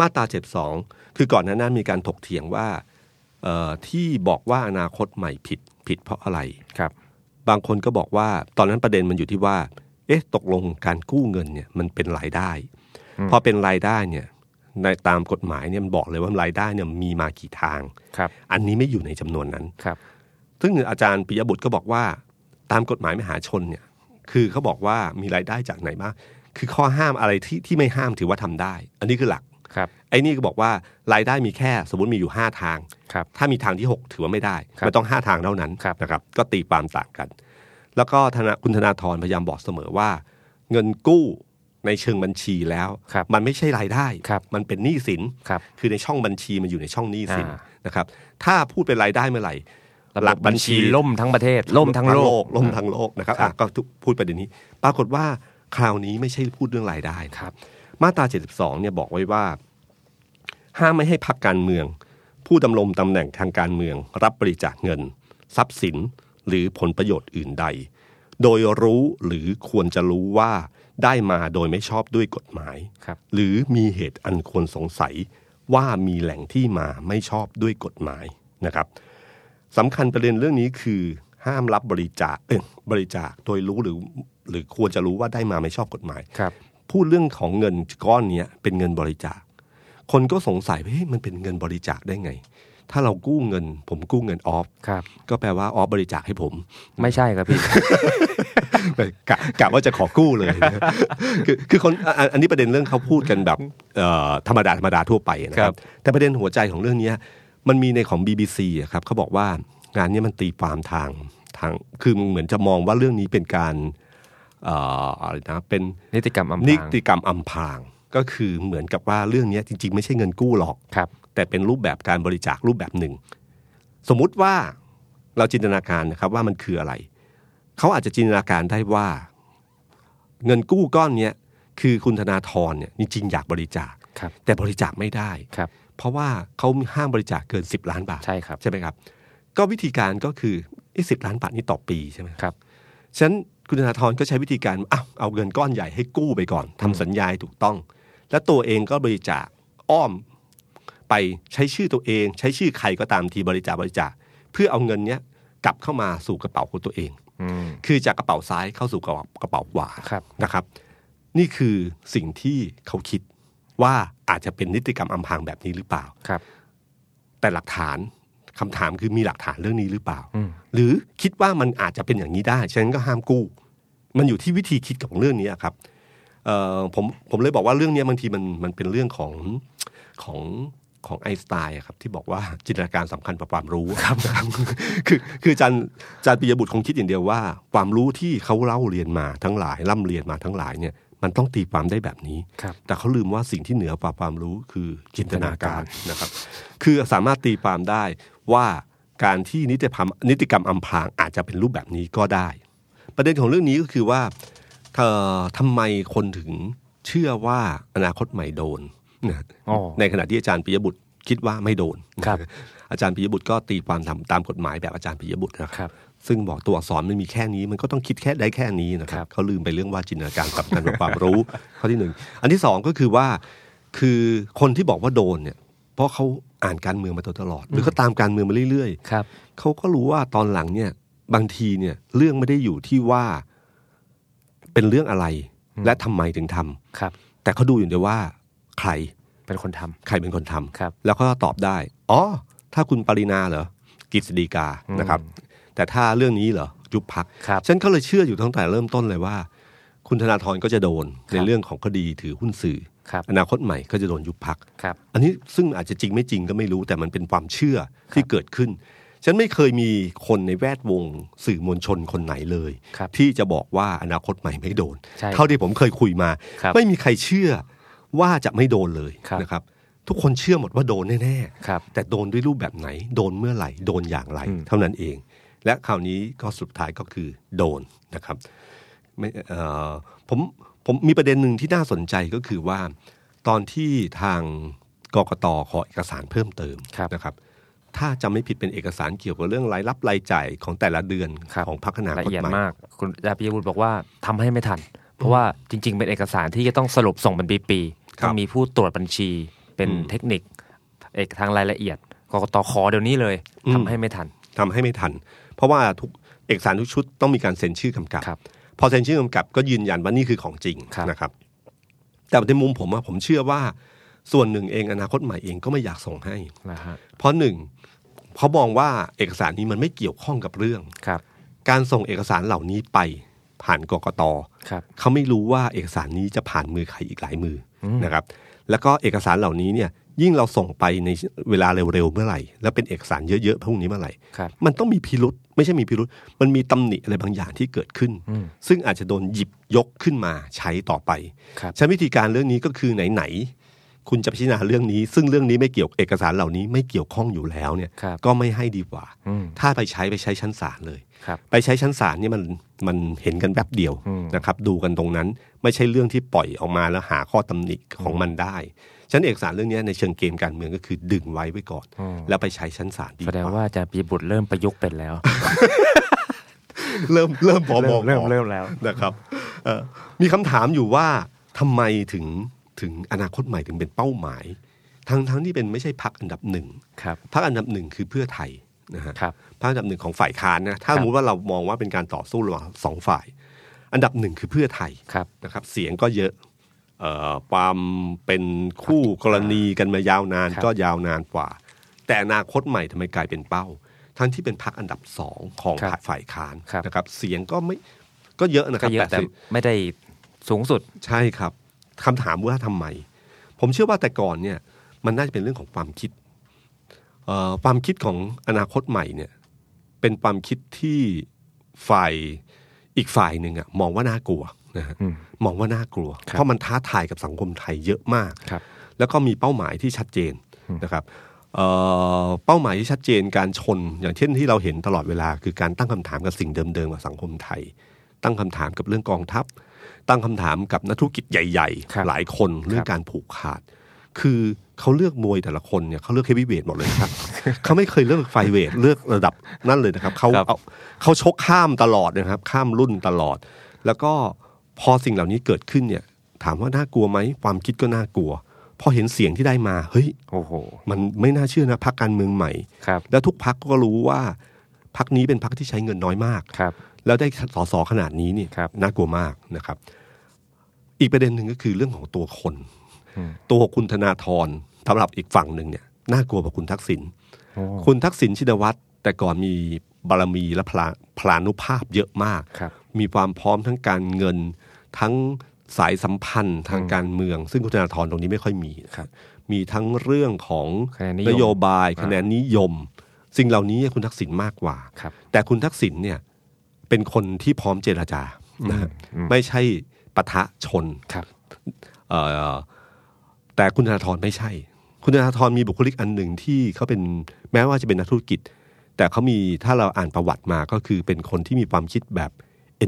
[SPEAKER 2] มาตรา 72 คือก่อนหน้านั้นมีการถกเถียงว่าเอ่อที่บอกว่าอนาคตใหม่ผิดผิดเพราะอะไร
[SPEAKER 3] ครับ
[SPEAKER 2] บางคนก็บอกว่าตอนนั้นประเด็นมันอยู่ที่ว่า เอ๊ะ ตกลงการกู้เงินเนี่ยมันเป็นรายได้
[SPEAKER 3] อืม
[SPEAKER 2] พอเป็นรายได้เนี่ยในตามกฎหมายเนี่ยมันบอกเลยว่ารายได้เนี่ยมีมากี่ทาง
[SPEAKER 3] ครับ
[SPEAKER 2] อันนี้ไม่อยู่ในจำนวนนั้น
[SPEAKER 3] ครับ
[SPEAKER 2] ซึ่งอาจารย์ปิยบุตรก็บอกว่า ตามกฎหมายมหาชนเนี่ยคือเขาบอกว่ามีรายได้จากไหนบ้างคือข้อห้ามอะไรที่ที่ไม่ห้ามถือว่าทำได้ อันนี้คือหลัก
[SPEAKER 3] ครับ
[SPEAKER 2] ไอ้นี่ก็บอกว่ารายได้มีแค่สมมติมีอยู่ 5 ทาง
[SPEAKER 3] ครับ
[SPEAKER 2] ถ้ามีทางที่ 6 ถือว่าไม่ได้
[SPEAKER 3] ครับ
[SPEAKER 2] มันต้อง 5 ทางเท่านั้น
[SPEAKER 3] ครับ
[SPEAKER 2] นะครับ ก็ตีความต่างกัน แล้วก็ธนาคุณธนาธรพยายามบอกเสมอว่า เงินกู้ในเชิงบัญชีแล้ว
[SPEAKER 3] ครับ
[SPEAKER 2] มันไม่ใช่รายได้
[SPEAKER 3] ครับ
[SPEAKER 2] มันเป็นหนี้สิน
[SPEAKER 3] ครับ
[SPEAKER 2] คือในช่องบัญชีมันอยู่ในช่องหนี้สิน
[SPEAKER 3] อ่า
[SPEAKER 2] นะครับ ถ้าพูดเป็นรายได้เมื่อไหร่
[SPEAKER 3] ระ
[SPEAKER 2] หลั
[SPEAKER 3] บบ
[SPEAKER 2] กบั
[SPEAKER 3] บัญ
[SPEAKER 2] ญชี
[SPEAKER 3] ชีล่มทั้งประเทศ ล่มทั้งโลก
[SPEAKER 2] ล่มทั้งโลกนะครับ
[SPEAKER 3] ครับ
[SPEAKER 2] อ่ะก็พูดประเด็นนี้ ปรากฏว่าคราวนี้ไม่ใช่พูดเรื่องรายได้นะ
[SPEAKER 3] ครับ
[SPEAKER 2] มาตรา 72 เนี่ยบอกไว้ว่า ห้ามไม่ให้พักการเมือง ผู้ดำรงตำแหน่งทางการเมือง รับบริจาคเงิน ทรัพย์สิน หรือผลประโยชน์อื่นใด โดยรู้หรือควรจะรู้ว่าได้มาโดยไม่ชอบด้วยกฎหมาย
[SPEAKER 3] ครับ
[SPEAKER 2] หรือมีเหตุอันควรสงสัยว่ามีแหล่งที่มาไม่ชอบด้วยกฎหมายนะครับสำคัญประเด็นเรื่องนี้คือ ห้ามรับบริจาคเอ้ยบริจาคโดยรู้หรือ หรือควรจะรู้ว่าได้มาไม่ชอบกฎหมาย
[SPEAKER 3] ครับ
[SPEAKER 2] พูดเรื่องของเงินก้อนเนี้ยเป็นเงินบริจาค คนก็สงสัยว่าเฮ้ยมันเป็นเงินบริจาคได้ไง ถ้าเรากู้เงิน ผมกู้เงินออฟ
[SPEAKER 3] ครับ
[SPEAKER 2] ก็แปลว่าออฟบริจาคให้ผม
[SPEAKER 3] ไม่ใช่ครับพี่
[SPEAKER 2] กะกะว่าจะขอกู้เลย คือคือคนอ่ะอ่ะอันนี้ประเด็นเรื่องเขาพูดกันแบบเอ่อธรรมดาธรรมดาทั่วไปนะค
[SPEAKER 3] ครั
[SPEAKER 2] รับ บ แต่ประเด็นหัวใจของเรื่องเนี้ยมันมีในของ BBC อะครับเขาบอกว่างานเนี้ยมันตีความทางทาง คือเหมือนจะมองว่าเรื่องนี้เป็นการเอ่ออะไรนะเป็น
[SPEAKER 3] นิติกรรมอำพ
[SPEAKER 2] นิ
[SPEAKER 3] ราง
[SPEAKER 2] ติกรรมอำพรางก็คือเหมือนกับว่าเรื่องเนี้ยจริง ๆ ไม่ใช่เงินกู้หรอก
[SPEAKER 3] ครับ
[SPEAKER 2] แต่เป็นรูปแบบการบริจาครูปแบบหนึ่ง สมมุติว่าเราจินตนาการนะครับว่ามันคืออะไร เขาอาจจะจินตนาการได้ว่า เงินกู้ก้อนเนี้ยคือคุณธนาธรเนี่ยจริงๆอยากบริจาค
[SPEAKER 3] ครับ
[SPEAKER 2] แต่บริจาคไม่ได้
[SPEAKER 3] ครับ
[SPEAKER 2] เพราะว่าเขาห้ามบริจาคเกิน 10 ล้านบาท
[SPEAKER 3] ใช่ครับ
[SPEAKER 2] ใช่ไหมครับ ก็วิธีการก็คือสิบล้านบาทนี้ต่อปีใช่ไหม
[SPEAKER 3] ครับ
[SPEAKER 2] ฉะนั้นคุณธนาธรก็ใช้วิธีการอ้าวเอาเงินก้อนใหญ่ให้กู้ไปก่อนทำสัญญาให้ถูกต้อง แล้วตัวเองก็บริจาคอ้อมไปใช้ชื่อตัวเอง ใช้ชื่อใครก็ตามทีบริจาคบริจาคเพื่อเอาเงินเนี้ยกลับเข้ามาสู่กระเป๋าของตัวเอง
[SPEAKER 3] อืม
[SPEAKER 2] คือจากกระเป๋าซ้ายเข้าสู่กระเป๋ากระเป๋าขวา
[SPEAKER 3] ครับ
[SPEAKER 2] นะครับ นี่คือสิ่งที่เขาคิดว่าอาจจะเป็นนิติกรรมอำพรางแบบนี้หรือเปล่า
[SPEAKER 3] ครับ
[SPEAKER 2] แต่หลักฐานคำถามคือมีหลักฐานเรื่องนี้หรือเปล่า
[SPEAKER 3] อืม
[SPEAKER 2] หรือคิดว่ามันอาจจะเป็นอย่างนี้ได้ ฉะนั้นก็ห้ามกู้ มันอยู่ที่วิธีคิดกับเรื่องนี้อะครับเอ่อผมผมเลยบอกว่าเรื่องนี้บางทีมันมันเป็นเรื่องของของของไอน์สไตน์อะครับที่บอกว่าจินตนาการสำคัญกว่าความรู้ครับ คือคืออาจารย์อาจารย์ปิยบุตรคงคิดอย่างเดียวว่า ความรู้ที่เขาเล่าเรียนมาทั้งหลายร่ำเรียนมาทั้งหลายเนี่ยมันต้องตีความได้แบบนี้
[SPEAKER 3] ครับ
[SPEAKER 2] แต่เขาลืมว่าสิ่งที่เหนือกว่าความรู้คือจินตนาการนะครับ คือสามารถตีความได้ว่าการที่นิติธรรมนิติกรรมอำพรางอาจจะเป็นรูปแบบนี้ก็ได้ ประเด็นของเรื่องนี้ก็คือว่าเอ่อทำไมคนถึงเชื่อว่าอนาคตใหม่โดน นะ
[SPEAKER 3] อ๋อ
[SPEAKER 2] ในขณะที่อาจารย์ปิยบุตรคิดว่าไม่โดน
[SPEAKER 3] ครับ
[SPEAKER 2] อาจารย์ปิยบุตรก็ตีความตามตามกฎหมายแบบอาจารย์ปิยบุตรนะครับ
[SPEAKER 3] ครับ
[SPEAKER 2] ซึ่งบอกตัวอักษรมันมีแค่นี้มันก็ต้องคิดแค่ได้แค่นี้นะค
[SPEAKER 3] ค
[SPEAKER 2] รั
[SPEAKER 3] รั
[SPEAKER 2] บบ เขาลืมไปเรื่องว่าจินตนาการกับการความรู้ ข้อที่หนึ่งอันที่สองก็คือว่าคือคนที่บอกว่าโดนเนี่ย เพราะเขาอ่านการเมืองมาโดยตลอด หรือเขาตามการเมืองมาเรื่อยๆ
[SPEAKER 3] ครับ
[SPEAKER 2] เขาก็รู้ว่าตอนหลังเนี่ยบางทีเนี่ยเรื่องไม่ได้อยู่ที่ว่าเป็นเรื่องอะไร และทำไมถึงทำ
[SPEAKER 3] ครับ
[SPEAKER 2] แต่เขาดูอยู่เดียวว่า ใคร
[SPEAKER 3] เป็นคนทำ
[SPEAKER 2] ใครเป็นคนทำ
[SPEAKER 3] ครับ
[SPEAKER 2] แล้วเขาก็ตอบได้ อ๋อ ถ้าคุณปรินาเหรอกฤษฎีกานะครับ แต่ถ้าเรื่องนี้เหรอยุบพัก
[SPEAKER 3] ครับ
[SPEAKER 2] ฉันก็เลยเชื่ออยู่ตั้งแต่เริ่มต้นเลยว่า คุณธนาธรก็จะโดนในเรื่องของคดีถือหุ้นสื่อ
[SPEAKER 3] ครับ
[SPEAKER 2] อนาคตใหม่ก็จะโดนยุบพัก
[SPEAKER 3] ครับ
[SPEAKER 2] อันนี้ซึ่งอาจจะจริงไม่จริงก็ไม่รู้แต่มันเป็นความเชื่อที่เกิดขึ้น ฉันไม่เคยมีคนในแวดวงสื่อมวลชนคนไหนเลย
[SPEAKER 3] ครับ
[SPEAKER 2] ที่จะบอกว่าอนาคตใหม่ไม่โดน
[SPEAKER 3] ใช่
[SPEAKER 2] เท่าที่ผมเคยคุยมา
[SPEAKER 3] ครับ
[SPEAKER 2] ไม่มีใครเชื่อว่าจะไม่โดนเลย
[SPEAKER 3] ครับ
[SPEAKER 2] นะครับ ทุกคนเชื่อหมดว่าโดนแน่
[SPEAKER 3] ครับ
[SPEAKER 2] ๆ แต่โดนด้วยรูปแบบไหน โดนเมื่อไหร่ โดนอย่างไร
[SPEAKER 3] อืม
[SPEAKER 2] เท่านั้นเอง และคราวนี้ก็สุดท้ายก็คือโดนนะครับไม่เอ่อผมผมมีประเด็นหนึ่งที่น่าสนใจก็คือว่า ตอนที่ทางกกตขอเอกสารเพิ่มเติม
[SPEAKER 3] ครับ
[SPEAKER 2] นะครับ ถ้าจำไม่ผิดเป็นเอกสารเกี่ยวกับเรื่องรายรับรายจ่ายของแต่ละเดือน
[SPEAKER 3] ครับ
[SPEAKER 2] ของพักนา
[SPEAKER 3] ละ
[SPEAKER 2] คต
[SPEAKER 3] เอียด
[SPEAKER 2] ใหม่
[SPEAKER 3] มาก คุณดาพิยบุตรบอกว่าทำให้ไม่ทัน เพราะว่าจริง ๆ เป็นเอกสารที่จะต้องสรุปส่งเป็นปีๆต้องมีผู้ตรวจบัญชี เป็นเทคนิค เอกทางรายละเอียดกกตขอเดี๋ยวนี้เลยทำให้ไม่ทัน
[SPEAKER 2] ทำให้ไม่ทัน เพราะว่าทุกเอกสารทุกชุดต้องมีการเซ็นชื่อกำกับ
[SPEAKER 3] ครับ
[SPEAKER 2] พอเซ็นชื่อกำกับก็ยืนยันว่านี่คือของจริง
[SPEAKER 3] ครับ
[SPEAKER 2] นะครับ แต่ในมุมผมอะผมเชื่อว่าส่วนหนึ่งเองอนาคตใหม่เองก็ไม่อยากส่งให้
[SPEAKER 3] นะฮะ
[SPEAKER 2] เพราะหนึ่งเขามองว่าเอกสารนี้มันไม่เกี่ยวข้องกับเรื่อง
[SPEAKER 3] ครับ
[SPEAKER 2] การส่งเอกสารเหล่านี้ไปผ่านกกต
[SPEAKER 3] ครับ
[SPEAKER 2] เขาไม่รู้ว่าเอกสารนี้จะผ่านมือใครอีกหลายมืออ
[SPEAKER 3] ม
[SPEAKER 2] นะครับ แล้วก็เอกสารเหล่านี้เนี่ยยิ่งเราส่งไปในเวลาเร็วๆเมื่อไหร่ แล้วเป็นเอกสารเยอะๆพวกนี้เมื่อไหร่
[SPEAKER 3] ครับ
[SPEAKER 2] มันต้องมีพิรุษไม่ใช่มีพิรุษมันมีตำหนิอะไรบางอย่างที่เกิดขึ้น
[SPEAKER 3] อืม
[SPEAKER 2] ซึ่งอาจจะโดนหยิบยกขึ้นมาใช้ต่อไป
[SPEAKER 3] ครับ
[SPEAKER 2] ใช้วิธีการเรื่องนี้ก็คือไหนๆคุณจะพิจารณาเรื่องนี้ ซึ่งเรื่องนี้ไม่เกี่ยวเอกสารเหล่านี้ไม่เกี่ยวข้องอยู่แล้วเนี่ย
[SPEAKER 3] ครับ
[SPEAKER 2] ก็ไม่ให้ดีกว่า
[SPEAKER 3] อืม
[SPEAKER 2] ถ้าไปใช้ไปใช้ชั้นศาลเลย
[SPEAKER 3] ครับ
[SPEAKER 2] ไปใช้ชั้นศาลเนี่ยมันมันเห็นกันแป๊บเดียว
[SPEAKER 3] อืม
[SPEAKER 2] นะครับ ดูกันตรงนั้นไม่ใช่เรื่องที่ปล่อยออกมาแล้วหาข้อตำหนิของมันได้ฉะนันเอกสารเรื่องเนี้ยในเชิงเกมการเมืองก็คือดึงไว้ไว้ก่อน
[SPEAKER 3] อืม
[SPEAKER 2] แล้วไปใช้ชั้นศาลดีก
[SPEAKER 3] แสดง
[SPEAKER 2] ว่า
[SPEAKER 3] ว่าอาจารย์ปิยบุตรเริ่มประยุกต์เป็นแล้ว
[SPEAKER 2] เริ่มเริ่มพอมอง
[SPEAKER 3] เริ่ม
[SPEAKER 2] ออก
[SPEAKER 3] เริ่มแล้ว
[SPEAKER 2] นะครับเอ่อมีคำถามอยู่ว่าทำไมถึงถึงอนาคตใหม่ถึงเป็นเป้าหมาย ทั้งทั้งที่เป็นไม่ใช่พักอันดับหนึ่ง
[SPEAKER 3] ครับ
[SPEAKER 2] พักอันดับหนึ่งคือเพื่อไทยนะฮะ
[SPEAKER 3] ครับ
[SPEAKER 2] ภาคอันดับหนึ่งของฝ่ายค้านนะถ้า
[SPEAKER 3] ค
[SPEAKER 2] ส
[SPEAKER 3] รับ
[SPEAKER 2] มมติว่าเรามองว่าเป็นการต่อสู้ระหว่างสองฝ่าย อันดับหนึ่งคือเพื่อไทย
[SPEAKER 3] ครับ
[SPEAKER 2] นะครับ เสียงก็เยอะเอ่อความเป็นคู่กรณีกันมายาวนาน
[SPEAKER 3] ครับ
[SPEAKER 2] ก็ยาวนานกว่า แต่อนาคตใหม่ทำไมกลายเป็นเป้า ทั้งที่เป็นพรรคอันดับสองของ
[SPEAKER 3] ครับ
[SPEAKER 2] ฝ่ายค้าน
[SPEAKER 3] ครับ
[SPEAKER 2] นะครับ เสียงก็ไม่ก็เยอะนะค
[SPEAKER 3] ก็
[SPEAKER 2] รับ
[SPEAKER 3] เยอะแต่
[SPEAKER 2] 80
[SPEAKER 3] ไม่ได้สูงสุด
[SPEAKER 2] ใช่ครับคำถามว่าทำไม ผมเชื่อว่าแต่ก่อนเนี่ย มันน่าจะเป็นเรื่องของความคิดเอ่อความคิดของอนาคตใหม่เนี่ย เป็นความคิดที่ฝ่ายอีกฝ่ายหนึ่งอะมองว่าน่ากลัวนะฮะ
[SPEAKER 3] อืม
[SPEAKER 2] มองว่าน่ากลัว
[SPEAKER 3] ครับ
[SPEAKER 2] เพราะมันท้าทายกับสังคมไทยเยอะมาก
[SPEAKER 3] ครับ
[SPEAKER 2] แล้วก็มีเป้าหมายที่ชัดเจนนะครับเอ่อเป้าหมายที่ชัดเจนการชน อย่างเช่นที่เราเห็นตลอดเวลา คือการตั้งคำถามกับสิ่งเดิมๆกับสังคมไทย ตั้งคำถามกับเรื่องกองทัพ ตั้งคำถามกับนักธุรกิจใหญ่
[SPEAKER 3] ครับ
[SPEAKER 2] ๆ หลายคนเรื่องการผูกขาด คือเขาเลือกมวยแต่ละคนเนี่ยเขาเลือกเฮฟวีเวทหมดเลยนะครับ เขาไม่เคยเลือกไฟเวทเลือกระดับนั่นเลยนะครับเขา
[SPEAKER 3] ครับ
[SPEAKER 2] เอาเขาชกข้ามตลอดนะครับ ข้ามรุ่นตลอด แล้วก็พอสิ่งเหล่านี้เกิดขึ้นเนี่ย ถามว่าน่ากลัวไหมความคิดก็น่ากลัว พอเห็นเสียงที่ได้มาเฮ้ย
[SPEAKER 3] โอ้โห
[SPEAKER 2] มันไม่น่าเชื่อนะพักการเมืองใหม่
[SPEAKER 3] ครับ
[SPEAKER 2] แล้วทุกพักก็รู้ว่าพักนี้เป็นพักที่ใช้เงินน้อยมาก
[SPEAKER 3] ครับ
[SPEAKER 2] แล้วได้สอสอขนาดนี้เนี่ย
[SPEAKER 3] ครับ
[SPEAKER 2] น่ากลัวมากนะครับ อีกประเด็นหนึ่งก็คือเรื่องของตัวคน
[SPEAKER 3] อืม
[SPEAKER 2] ตัวคุณธนาธรสำหรับอีกฝั่งหนึ่งเนี่ยน่ากลัวกว่าคุณทักษิณ
[SPEAKER 3] โอ้
[SPEAKER 2] คุณทักษิณชินวัตรแต่ก่อนมีบารมีและพลาพลานุภาพเยอะมาก
[SPEAKER 3] ครับ
[SPEAKER 2] มีความพร้อมทั้งการเงิน ทั้งสายสัมพันธ์ทางการเมือง ซึ่งคุณธนาธรตรงนี้ไม่ค่อยมีนะครับ มีทั้งเรื่องของ
[SPEAKER 3] คะแนนนิยม
[SPEAKER 2] โยบายคะแนนนิยม สิ่งเหล่านี้คุณทักษิณมากกว่า
[SPEAKER 3] ครับ
[SPEAKER 2] แต่คุณทักษิณเนี่ยเป็นคนที่พร้อมเจราจานะฮะ
[SPEAKER 3] อืม
[SPEAKER 2] ไม่ใช่ปะทะชน
[SPEAKER 3] ครับ
[SPEAKER 2] เอ่อแต่คุณธนาธรไม่ใช่ คุณธนาธรมีบุคลิกอันหนึ่งที่เขาเป็นแม้ว่าจะเป็นนักธุรกิจ แต่เขามีถ้าเราอ่านประวัติมาก็คือเป็นคนที่มีความคิดแบบ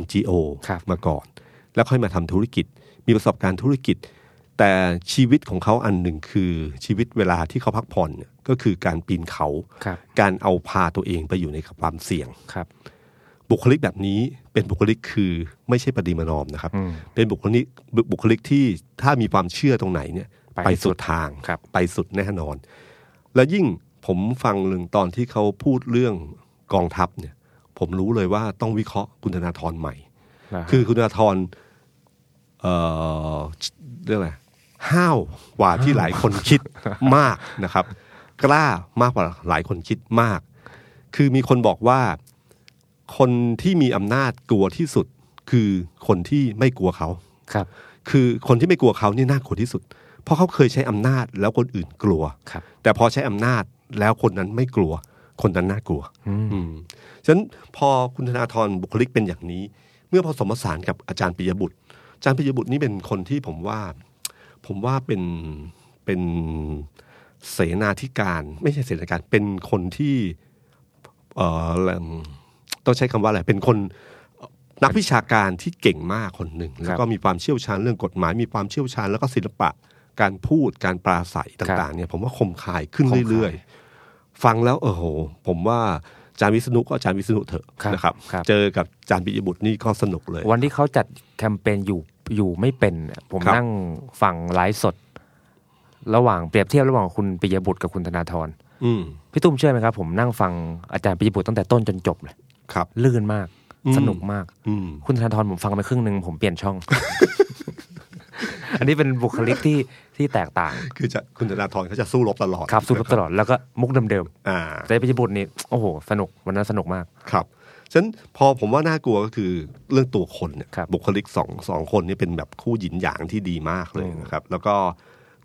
[SPEAKER 2] NGO
[SPEAKER 3] ครับ
[SPEAKER 2] มาก่อน แล้วค่อยมาทำธุรกิจ มีประสบการณ์ธุรกิจ แต่ชีวิตของเขาอันหนึ่งคือชีวิตเวลาที่เขาพักผ่อนเนี่ยก็คือการปีนเขา
[SPEAKER 3] ครับ
[SPEAKER 2] การเอาพาตัวเองไปอยู่ในความเสี่ยง
[SPEAKER 3] ครับ
[SPEAKER 2] บุคลิกแบบนี้เป็นบุคลิกคือไม่ใช่ปฏิมานอมนะครับ
[SPEAKER 3] อืม
[SPEAKER 2] เป็นบุคลิกบุบุคลิกที่ถ้ามีความเชื่อตรงไหนเนี่ย
[SPEAKER 3] ไป
[SPEAKER 2] ไป
[SPEAKER 3] สุ
[SPEAKER 2] สุ
[SPEAKER 3] ด
[SPEAKER 2] ดทาง
[SPEAKER 3] ครับ
[SPEAKER 2] ไปสุดแน่นอน และยิ่งผมฟังเรื่องตอนที่เขาพูดเรื่องกองทัพเนี่ย ผมรู้เลยว่าต้องวิเคราะห์คุณธนาธรใหม่
[SPEAKER 3] นะฮะ
[SPEAKER 2] คือคุณธนาธรเอ่อเรื่องอะไรห้าวกว่าที่หลายคนคิดมากนะครับ กล้ามากกว่าหลายคนคิดมาก คือมีคนบอกว่าคนที่มีอำนาจกลัวที่สุด คือคนที่ไม่กลัวเขา
[SPEAKER 3] ครับ
[SPEAKER 2] คือคนที่ไม่กลัวเขานี่น่ากลัวที่สุด เพราะเขาเคยใช้อำนาจแล้วคนอื่นกลัว
[SPEAKER 3] ครับ
[SPEAKER 2] แต่พอใช้อำนาจแล้วคนนั้นไม่กลัว คนนั้นน่ากลัว
[SPEAKER 3] อืม
[SPEAKER 2] อืมฉะนั้นพอคุณธนาธรบุคลิกเป็นอย่างนี้ เมื่อผสมผสานกับอาจารย์ปิยบุตร อาจารย์ปิยบุตรนี่เป็นคนที่ผมว่า ผมว่าเป็นเป็นเสนาธิการ ไม่ใช่เสนาธิการเป็นคนที่เอ่อเอิ่มต้องใช้คำว่าอะไรเป็นคนนักวิชาการที่เก่งมากคนหนึ่งแล้วก็มีความเชี่ยวชาญเรื่องกฎหมาย มีความเชี่ยวชาญแล้วก็ศิลปะการพูดการปราศัยต่างๆเนี่ยผมว่าคมคายขึ้นเรื่อยๆ ฟังแล้วเออโห ผมว่าอาจารย์วิษณุก็อาจารย์วิษณุเถอะ
[SPEAKER 3] ครับ
[SPEAKER 2] นะครับ
[SPEAKER 3] ครับ
[SPEAKER 2] เจอกับอาจารย์ปิยบุตรนี่ก็สนุกเลย
[SPEAKER 3] วันที่เขาจัดแคมเปญอยู่อยู่ไม่เป็นน่ะผม
[SPEAKER 2] ครับ
[SPEAKER 3] นั่งฟังไลฟ์สด ระหว่างเปรียบเทียบระหว่างคุณปิยบุตรกับคุณธนาธร
[SPEAKER 2] อืม
[SPEAKER 3] พี่ตุ้มเชื่อไหมครับ ผมนั่งฟังอาจารย์ปิยบุตรตั้งแต่ต้นจนจบเลย
[SPEAKER 2] ครับ
[SPEAKER 3] ลื่นมาก
[SPEAKER 2] อืม
[SPEAKER 3] สนุกมาก
[SPEAKER 2] อืม
[SPEAKER 3] คุณธนาธรผมฟังไปครึ่งหนึ่งผมเปลี่ยนช่อง อันนี้เป็นบุคลิกที่ที่แตกต่าง
[SPEAKER 2] คือจะคุณธนาธรเขาจะสู้รบตลอด
[SPEAKER 3] ครับสู้รบตลอดแล้วก็มุกเดิม
[SPEAKER 2] อ่า
[SPEAKER 3] ๆแต่ปิยบุตรนี่โอ้โหสนุกวันนั้นสนุกมาก
[SPEAKER 2] ครับฉะนั้นพอผมว่าน่ากลัวก็คือเรื่องตัวคนเนี่ย
[SPEAKER 3] ครับ
[SPEAKER 2] บุคลิกสองสองคนนี่เป็นแบบคู่หยินหยางที่ดีมากเลยนะครับ แล้วก็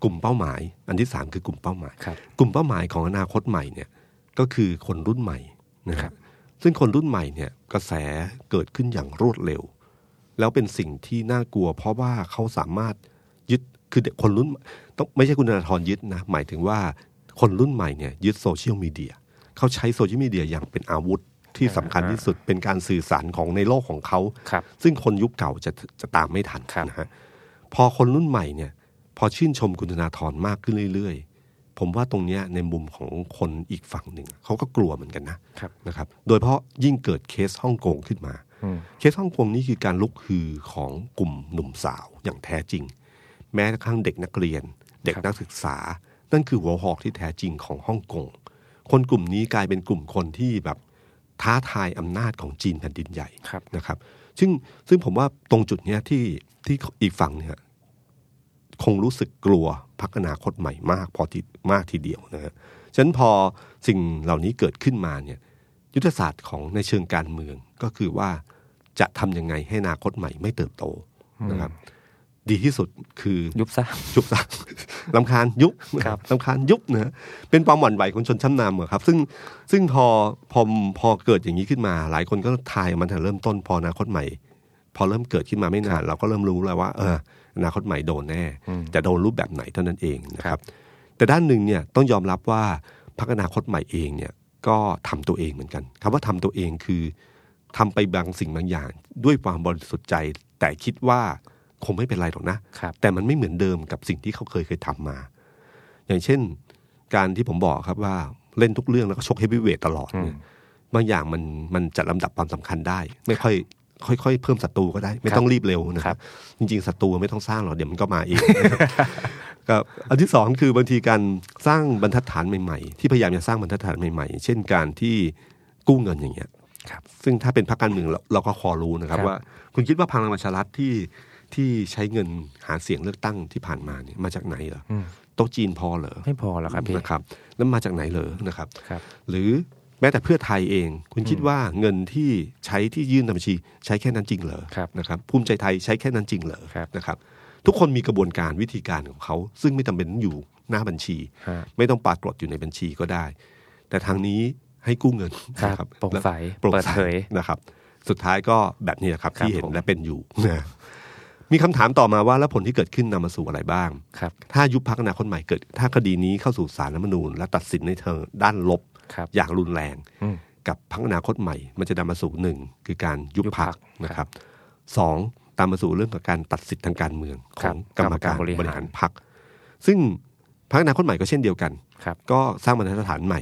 [SPEAKER 2] กลุ่มเป้าหมาย อันที่สามคือกลุ่มเป้าหมาย
[SPEAKER 3] ครับ
[SPEAKER 2] กลุ่มเป้าหมายของอนาคตใหม่เนี่ยก็คือคนรุ่นใหม่นะครับซึ่งคนรุ่นใหม่เนี่ยกระแสเกิดขึ้นอย่างรวดเร็ว แล้วเป็นสิ่งที่น่ากลัว เพราะว่าเขาสามารถยึดคือเด็กคนรุ่นต้องไม่ใช่คุณธนาธรยึดนะหมายถึงว่าคนรุ่นใหม่เนี่ยยึดโซเชียลมีเดียเขาใช้โซเชียลมีเดียอย่างเป็นอาวุธที่สำคัญที่สุดเป็นการสื่อสารของในโลกของเขา
[SPEAKER 3] ครับ
[SPEAKER 2] ซึ่งคนยุคเก่าจะจะตามไม่ทัน
[SPEAKER 3] ครับ
[SPEAKER 2] นะฮะพอคนรุ่นใหม่เนี่ย พอชื่นชมคุณธนาธรมากขึ้นเรื่อยๆ ผมว่าตรงเนี้ยในมุมของคนอีกฝั่งหนึ่งเขาก็กลัวเหมือนกันนะครับ นะครับ โดยเฉพาะยิ่งเกิดเคสฮ่องกงขึ้นมา
[SPEAKER 3] อืม
[SPEAKER 2] เคสฮ่องกงนี่คือการลุกฮือของกลุ่มหนุ่มสาวอย่างแท้จริง แม้กระทั่งเด็กนักเรียน เด็กนักศึกษา นั่นคือหัวหอกที่แท้จริงของฮ่องกงคนกลุ่มนี้กลายเป็นกลุ่มคนที่แบบท้าทายอำนาจของจีนแผ่นดินใหญ่
[SPEAKER 3] ครับ
[SPEAKER 2] นะครับซึ่งซึ่งผมว่าตรงจุดเนี้ยที่ที่อีกฝั่งเนี่ยคงรู้สึกกลัวพักอนาคตใหม่มาก พอที่มากทีเดียวนะฮะฉะนั้นพอสิ่งเหล่านี้เกิดขึ้นมาเนี่ยยุทธศาสตร์ของในเชิงการเมืองก็คือว่าจะทำยังไงให้อนาคตใหม่ไม่เติบโตนะครับดีที่สุดคือ
[SPEAKER 3] ยุบซะ
[SPEAKER 2] ยุบซะ ลำคาญยุบ
[SPEAKER 3] ครับ
[SPEAKER 2] ลำคาญยุบนะฮะเป็นความหวั่นไหวของชนชั้นนำอะครับ ซึ่งซึ่งพอพอพอเกิดอย่างนี้ขึ้นมา หลายคนก็ทายมันแต่เริ่มต้นพออนาคตใหม่ พอเริ่มเกิดขึ้นมาไม่นาน เราก็เริ่มรู้แล้วว่าเอออนาคตใหม่โดนแน่ แต่โดนรูปแบบไหนเท่านั้นเองนะค
[SPEAKER 3] ครั
[SPEAKER 2] รับ
[SPEAKER 3] บ
[SPEAKER 2] แต่ด้านหนึ่งเนี่ยต้องยอมรับว่าพรรคอนาคตใหม่เองเนี่ยก็ทำตัวเองเหมือนกันคำว่าทำตัวเองคือทำไปบางสิ่งบางอย่าง ด้วยความบริสุทธิ์ใจ แต่คิดว่าคงไม่เป็นไรหรอกนะ
[SPEAKER 3] ครับ
[SPEAKER 2] แต่มันไม่เหมือนเดิมกับสิ่งที่เขาเคยเคยทำมา อย่างเช่น การที่ผมบอกครับว่าเล่นทุกเรื่องแล้วก็ชกเฮฟวีเวทตลอดเนี่ยบางอย่างมันมันจัดลำดับความสำคัญได้ ไม่ค่อยค่อยค่อยเพิ่มศัตรูก็ได้ ไม่ต้องรีบเร็วนะครับ จริงๆศัตรูไม่ต้องสร้างหรอกเดี๋ยวมันก็มาเอง ครับอันที่สองคือบางทีการสร้างบรรทัดฐานใหม่ๆ ที่พยายามจะสร้างบรรทัดฐานใหม่ๆ เช่นการที่กู้เงินอย่างเงี้ย
[SPEAKER 3] ครับ
[SPEAKER 2] ซึ่งถ้าเป็นพรรคการเมืองเราเราก็คอรู้นะครับ
[SPEAKER 3] ครับ
[SPEAKER 2] ว่าคุณคิดว่าพลังประชารัฐที่ที่ใช้เงินหาเสียงเลือกตั้งที่ผ่านมาเนี่ยมาจากไหนเหรอ
[SPEAKER 3] อืม
[SPEAKER 2] โต๊ะจีนพอเหรอ
[SPEAKER 3] ไม่พอแล้วครับพี่
[SPEAKER 2] นะครับแล้วมาจากไหนเหรอนะครับ
[SPEAKER 3] ครับ
[SPEAKER 2] หรือแม้แต่เพื่อไทยเอง คุณคิดว่าเงินที่ใช้ที่ยื่นในบัญชี ใช้แค่นั้นจริงเหรอ
[SPEAKER 3] ครับ
[SPEAKER 2] นะครับภูมิใจไทยใช้แค่นั้นจริงเหรอ
[SPEAKER 3] ครับ
[SPEAKER 2] นะครับ ทุกคนมีกระบวนการวิธีการของเขา ซึ่งไม่จำเป็นต้องอยู่หน้าบัญชี
[SPEAKER 3] ฮะ
[SPEAKER 2] ไม่ต้องปรากฏอยู่ในบัญชีก็ได้ แต่ทางนี้ให้กู้เงิน
[SPEAKER 3] ครับ
[SPEAKER 2] นะครับ
[SPEAKER 3] โปร่งใส
[SPEAKER 2] โปร่ง
[SPEAKER 3] เปิด
[SPEAKER 2] ใส
[SPEAKER 3] เผย
[SPEAKER 2] นะครับ สุดท้ายก็แบบนี้แหละครับ
[SPEAKER 3] ครับ
[SPEAKER 2] ที่เห็น
[SPEAKER 3] ผม
[SPEAKER 2] และเป็นอยู่ นะมีคำถามต่อมาว่าแล้วผลที่เกิดขึ้นนำมาสู่อะไรบ้าง
[SPEAKER 3] ครับ
[SPEAKER 2] ถ้ายุบพักอนาคตใหม่เกิด ถ้าคดีนี้เข้าสู่ศาลรัฐธรรมนูญและตัดสินในเทิงด้านลบ
[SPEAKER 3] ครับ
[SPEAKER 2] อย่างรุนแรง
[SPEAKER 3] อืม
[SPEAKER 2] กับพักอนาคตใหม่ มันจะนำมาสู่หนึ่งคือการยุบ
[SPEAKER 3] ยุบพร
[SPEAKER 2] พั
[SPEAKER 3] รค
[SPEAKER 2] กนะครับสองตามมาสู่เรื่องของการตัดสิทธิ์ทางการเมืองข
[SPEAKER 3] ครั
[SPEAKER 2] อบ งกรรมการ
[SPEAKER 3] กรรมการบบ ริ
[SPEAKER 2] ริ
[SPEAKER 3] หาร
[SPEAKER 2] หารพัก ซึ่งพักอนาคตใหม่ก็เช่นเดียวกัน
[SPEAKER 3] ครับ
[SPEAKER 2] ก็สร้างบรรทัดฐานใหม่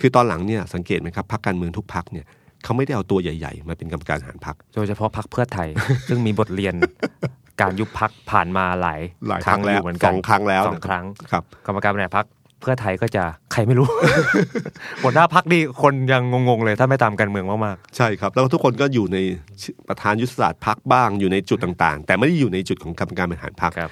[SPEAKER 2] คือตอนหลังเนี่ยสังเกตไหมครับพักการเมืองทุกพักเนี่ย เขาไม่ได้เอาตัวใหญ่ ๆ มาเป็นกรรมการหารพัก
[SPEAKER 3] โดยเฉพาะพักเพื่อไทย ซึ่งมีบทเรียน การยุบพักผ่านมาหลาย
[SPEAKER 2] หลาย
[SPEAKER 3] ครั้
[SPEAKER 2] ครั้
[SPEAKER 3] ง
[SPEAKER 2] งแล้ว
[SPEAKER 3] อยู่เหมือนกัน
[SPEAKER 2] สองครั้งแล้ว
[SPEAKER 3] สองครั้ง
[SPEAKER 2] ครับ
[SPEAKER 3] กรรมการบริหารพักเพื่อไทยก็จะใครไม่รู้ หัวหน้าพักดีคนยังงงๆเลยถ้าไม่ตามการเมืองมาก
[SPEAKER 2] ใช่ครับ แล้วทุกคนก็อยู่ในประธานยุทธศาสตร์พักบ้างอยู่ในจุดต่างๆ แต่ไม่ได้อยู่ในจุดของกรรมการบริหารพัก
[SPEAKER 3] ๆครับ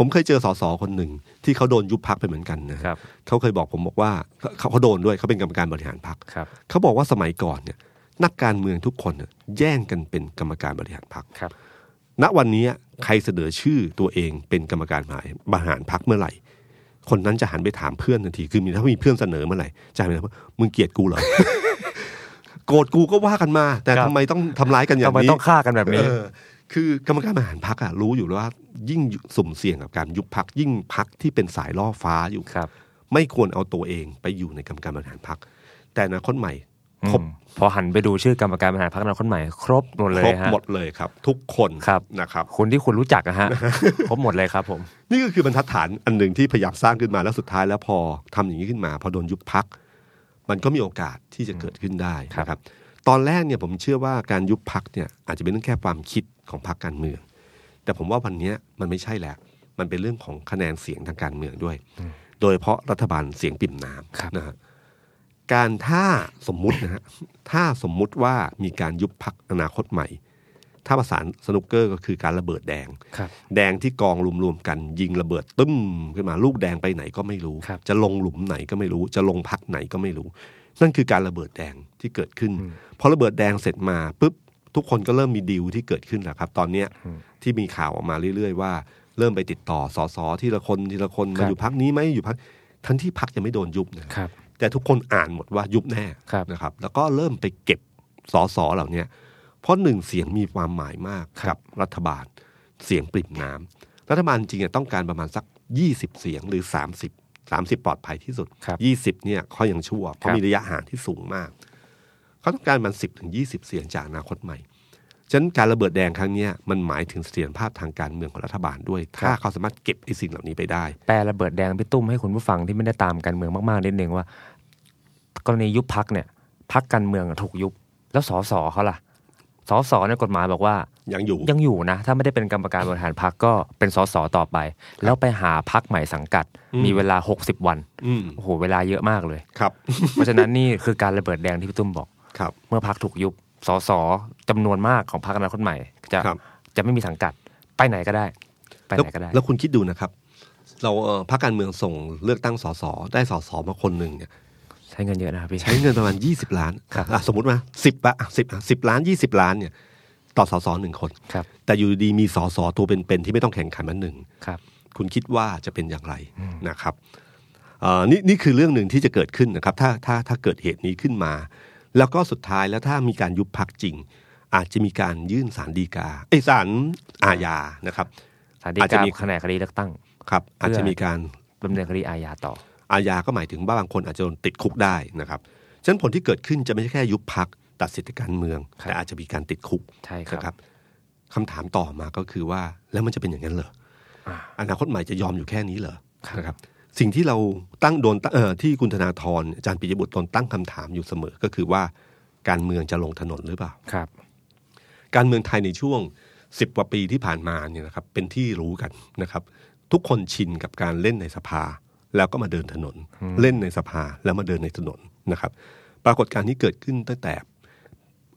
[SPEAKER 2] ผมเคยเจอสสคนหนึ่งที่เขาโดนยุบพักไปเหมือนกันนะครับเขาเคยบอกผมบอกว่าเขาเขาโดนด้วยเขาเป็นกรรมการบริหารพัก
[SPEAKER 3] ครับ
[SPEAKER 2] เขาบอกว่าสมัยก่อนเนี่ยนักการเมืองทุกคนเนี่ยแย่งกันเป็นกรรมการบริหารพัก
[SPEAKER 3] ครับ
[SPEAKER 2] ณวันนี้ใครเสนอชื่อตัวเองเป็นกรรมการบริหารพักเมื่อไหร่ คนนั้นจะหันไปถามเพื่อนทันทีคือมีถ้ามีเพื่อนเสนอเมื่อไหร่จะหันไปถามว่ามึงเกลียดกูเหรอ โกรธกูก็ว่ากันมา แต่
[SPEAKER 3] ครับ
[SPEAKER 2] ทำไมต้องทำร้ายกันอย่า
[SPEAKER 3] ทำ
[SPEAKER 2] ง
[SPEAKER 3] ไม
[SPEAKER 2] นี้
[SPEAKER 3] ต้องฆ่ากันแบบนี้
[SPEAKER 2] เออคือกรรมการบริหารพักอะรู้อยู่แล้วว่ายิ่งสุ่มเสี่ยงกับการยุบพักยิ่งพักที่เป็นสายล่อฟ้าอยู่
[SPEAKER 3] ครับ
[SPEAKER 2] ไม่ควรเอาตัวเองไปอยู่ในกรรมการบริหารพัก แต่อนาคตใหม่ ครบ
[SPEAKER 3] อืมพอหันไปดูชื่อกรรมการบริหารพักนาคนใหม่ครบหมดเล
[SPEAKER 2] คร
[SPEAKER 3] ย
[SPEAKER 2] บ
[SPEAKER 3] ฮะ
[SPEAKER 2] หมดเลยครับ ทุกคน
[SPEAKER 3] ครับ
[SPEAKER 2] นะครับ
[SPEAKER 3] คนที่คุณรู้จักอะ ฮะ ครบหมดเลยครับผม
[SPEAKER 2] นี่ก็คือบรรทัดฐานอันหนึ่งที่พยายามสร้างขึ้นมาแล้วสุดท้ายแล้วพอทำอย่างนี้ขึ้นมา พอโดนยุบพัก มันก็มีโอกาสที่จะเกิดขึ้นได้
[SPEAKER 3] ครับ
[SPEAKER 2] นะครับ ตอนแรกเนี่ยผมเชื่อว่าการยุบพักเนี่ยอาจจะเป็นเรื่องแค่ความคิดของพรรคการเมือง แต่ผมว่าวันเนี้ยมันไม่ใช่แล้วมันเป็นเรื่องของคะแนนเสียงทางการเมืองด้วย โดยเฉพาะรัฐบาลเสียงปิ่มน้ำนะฮะการถ้าสมมุตินะฮะถ้าสมมุติว่ามีการยุบพักอนาคตใหม่ ถ้าภาษาสนุกเกอร์ก็คือการระเบิดแดง
[SPEAKER 3] ครับ
[SPEAKER 2] แดงที่กองรวมๆกันยิงระเบิดตึ้มขึ้นมาลูกแดงไปไหนก็ไม่รู้
[SPEAKER 3] ครับ
[SPEAKER 2] จะลงหลุมไหนก็ไม่รู้ จะลงพักไหนก็ไม่รู้ นั่นคือการระเบิดแดงที่เกิดขึ้นพอระเบิดแดงเสร็จมาปุ๊บทุกคนก็เริ่มมีดีลที่เกิดขึ้นแหละครับ ตอนเนี้ยที่มีข่าวออกมาเรื่อยๆว่า เริ่มไปติดต่อสสทีละคนทีละคน
[SPEAKER 3] ครั
[SPEAKER 2] มา
[SPEAKER 3] บ
[SPEAKER 2] อยู่พักนี้ไหมอยู่พักทั้งที่พักยังไม่โดนยุบนะครับ
[SPEAKER 3] ครับ
[SPEAKER 2] แต่ทุกคนอ่านหมดว่ายุบแน่
[SPEAKER 3] ครับ
[SPEAKER 2] นะครับ แล้วก็เริ่มไปเก็บสอสอเหล่าเนี้ยเพราะหนึ่งเสียงมีความหมายมาก
[SPEAKER 3] ครั
[SPEAKER 2] กั
[SPEAKER 3] บบ
[SPEAKER 2] รัฐบาลเสียงปริ่มน้ำรัฐบาลจริงๆอะต้องการประมาณสัก 20 เสียงหรือ 30 30 ปลอดภัยที่สุด
[SPEAKER 3] ครับ
[SPEAKER 2] 20เนี่ยเขายังชั่วเพ
[SPEAKER 3] ค
[SPEAKER 2] ราะ
[SPEAKER 3] รับ
[SPEAKER 2] มีระยะห่างที่สูงมากเขาต้องการประมัน 10ถึง20 เสียงจากอนาคตใหม่ฉะนั้นการระเบิดแดงครั้งเนี้ยมันหมายถึงเสถียรภาพทางการเมืองของรัฐบาลด้วย ถ้าเขาสามารถเก็บไอ้สิ่งเหล่านี้ไปได้
[SPEAKER 3] แปลระเบิดแดงพี่ตุ้มให้คุณผู้ฟังที่ไม่ได้ตามการเมืองมากๆนิดนึงว่า กรณียุบพักเนี่ยพักการเมืองอะถูกยุบ แล้วสสเขาล่ะสสเนี่ยกฎหมายบอกว่า
[SPEAKER 2] ยังอยู่
[SPEAKER 3] ยังอยู่นะ ถ้าไม่ได้เป็นกรรมการบริหารพักก็เป็นสสต่อไป แล้วไปหาพักใหม่สังกัด มีเวลา 60 วัน
[SPEAKER 2] อืม
[SPEAKER 3] โอ้โหเวลาเยอะมากเลย
[SPEAKER 2] ครับ
[SPEAKER 3] เพราะฉะนั้นนี่คือการระเบิดแดงที่พี่ตุ้มบอก
[SPEAKER 2] ครับ
[SPEAKER 3] เมื่อพักถูกยุบสสจำนวนมากของพักอนาคตใหม่ จะ
[SPEAKER 2] ครับ
[SPEAKER 3] จะไม่มีสังกัดไปไหนก็ได้ ไปไหนก็ได้
[SPEAKER 2] แล้วแล้วคุณคิดดูนะครับ เราเอ่อพรรคการเมืองส่งเลือกตั้งสสได้สสมาคนหนึ่งเนี่ย
[SPEAKER 3] ใช้เงินเยอะนะครับพี่
[SPEAKER 2] ใช้เงินประมาณ 20 ล้าน
[SPEAKER 3] ครับ
[SPEAKER 2] อ่ะสมมติมาสิบละสิบสิบล้าน 20 ล้านเนี่ยต่อสสหนึ่งคน
[SPEAKER 3] ครับ
[SPEAKER 2] แต่อยู่ดีมีสสตัวเป็นๆที่ไม่ต้องแข่งขันมันหนึ่ง
[SPEAKER 3] ครับ
[SPEAKER 2] คุณคิดว่าจะเป็นอย่างไรนะครับเอ่อนี่นี่คือเรื่องหนึ่งที่จะเกิดขึ้นนะครับ ถ้าถ้าถ้าเกิดเหตุนี้ขึ้นมา แล้วก็สุดท้ายแล้วถ้ามีการยุบพักจริง อาจจะมีการยื่นสารดีกาเอยสารอาญานะครับ
[SPEAKER 3] สารดี
[SPEAKER 2] อาจ
[SPEAKER 3] กา
[SPEAKER 2] จะมี
[SPEAKER 3] แผนกคดีเลือกตั้ง
[SPEAKER 2] ครับ อาจจะมีการ
[SPEAKER 3] ดำเนินคดีอาญาต่อ
[SPEAKER 2] อาญาก็หมายถึงว่าบางคนอาจจะโดนติดคุกได้นะครับฉะนั้นผลที่เกิดขึ้นจะไม่ใช่แค่ยุบพักตัดสิทธิการเมือง
[SPEAKER 3] ครับ
[SPEAKER 2] แต่อาจจะมีการติดคุก
[SPEAKER 3] ใช่ค
[SPEAKER 2] นะค
[SPEAKER 3] รั
[SPEAKER 2] รับ บคำถามต่อมาก็คือว่าแล้วมันจะเป็นอย่างนั้นเหรอ
[SPEAKER 3] อ่า
[SPEAKER 2] อนาคตใหม่จะยอมอยู่แค่นี้เหรอ
[SPEAKER 3] ครับ
[SPEAKER 2] นะครับ สิ่งที่เราตั้งโดนตั้งเอ่อที่คุณธนาธรอาจารย์ปิยบุตรตนตั้งคำถามอยู่เสมอก็คือว่าการเมืองจะลงถนนหรือเปล่า
[SPEAKER 3] ครับ
[SPEAKER 2] การเมืองไทยในช่วง 10 กว่าปีที่ผ่านมาเนี่ยนะครับเป็นที่รู้กันนะครับ ทุกคนชินกับการเล่นในสภา แล้วก็มาเดินถนน เล่นในสภาแล้วมาเดินในถนนนะครับ ปรากฏการณ์ที่เกิดขึ้นตั้งแต่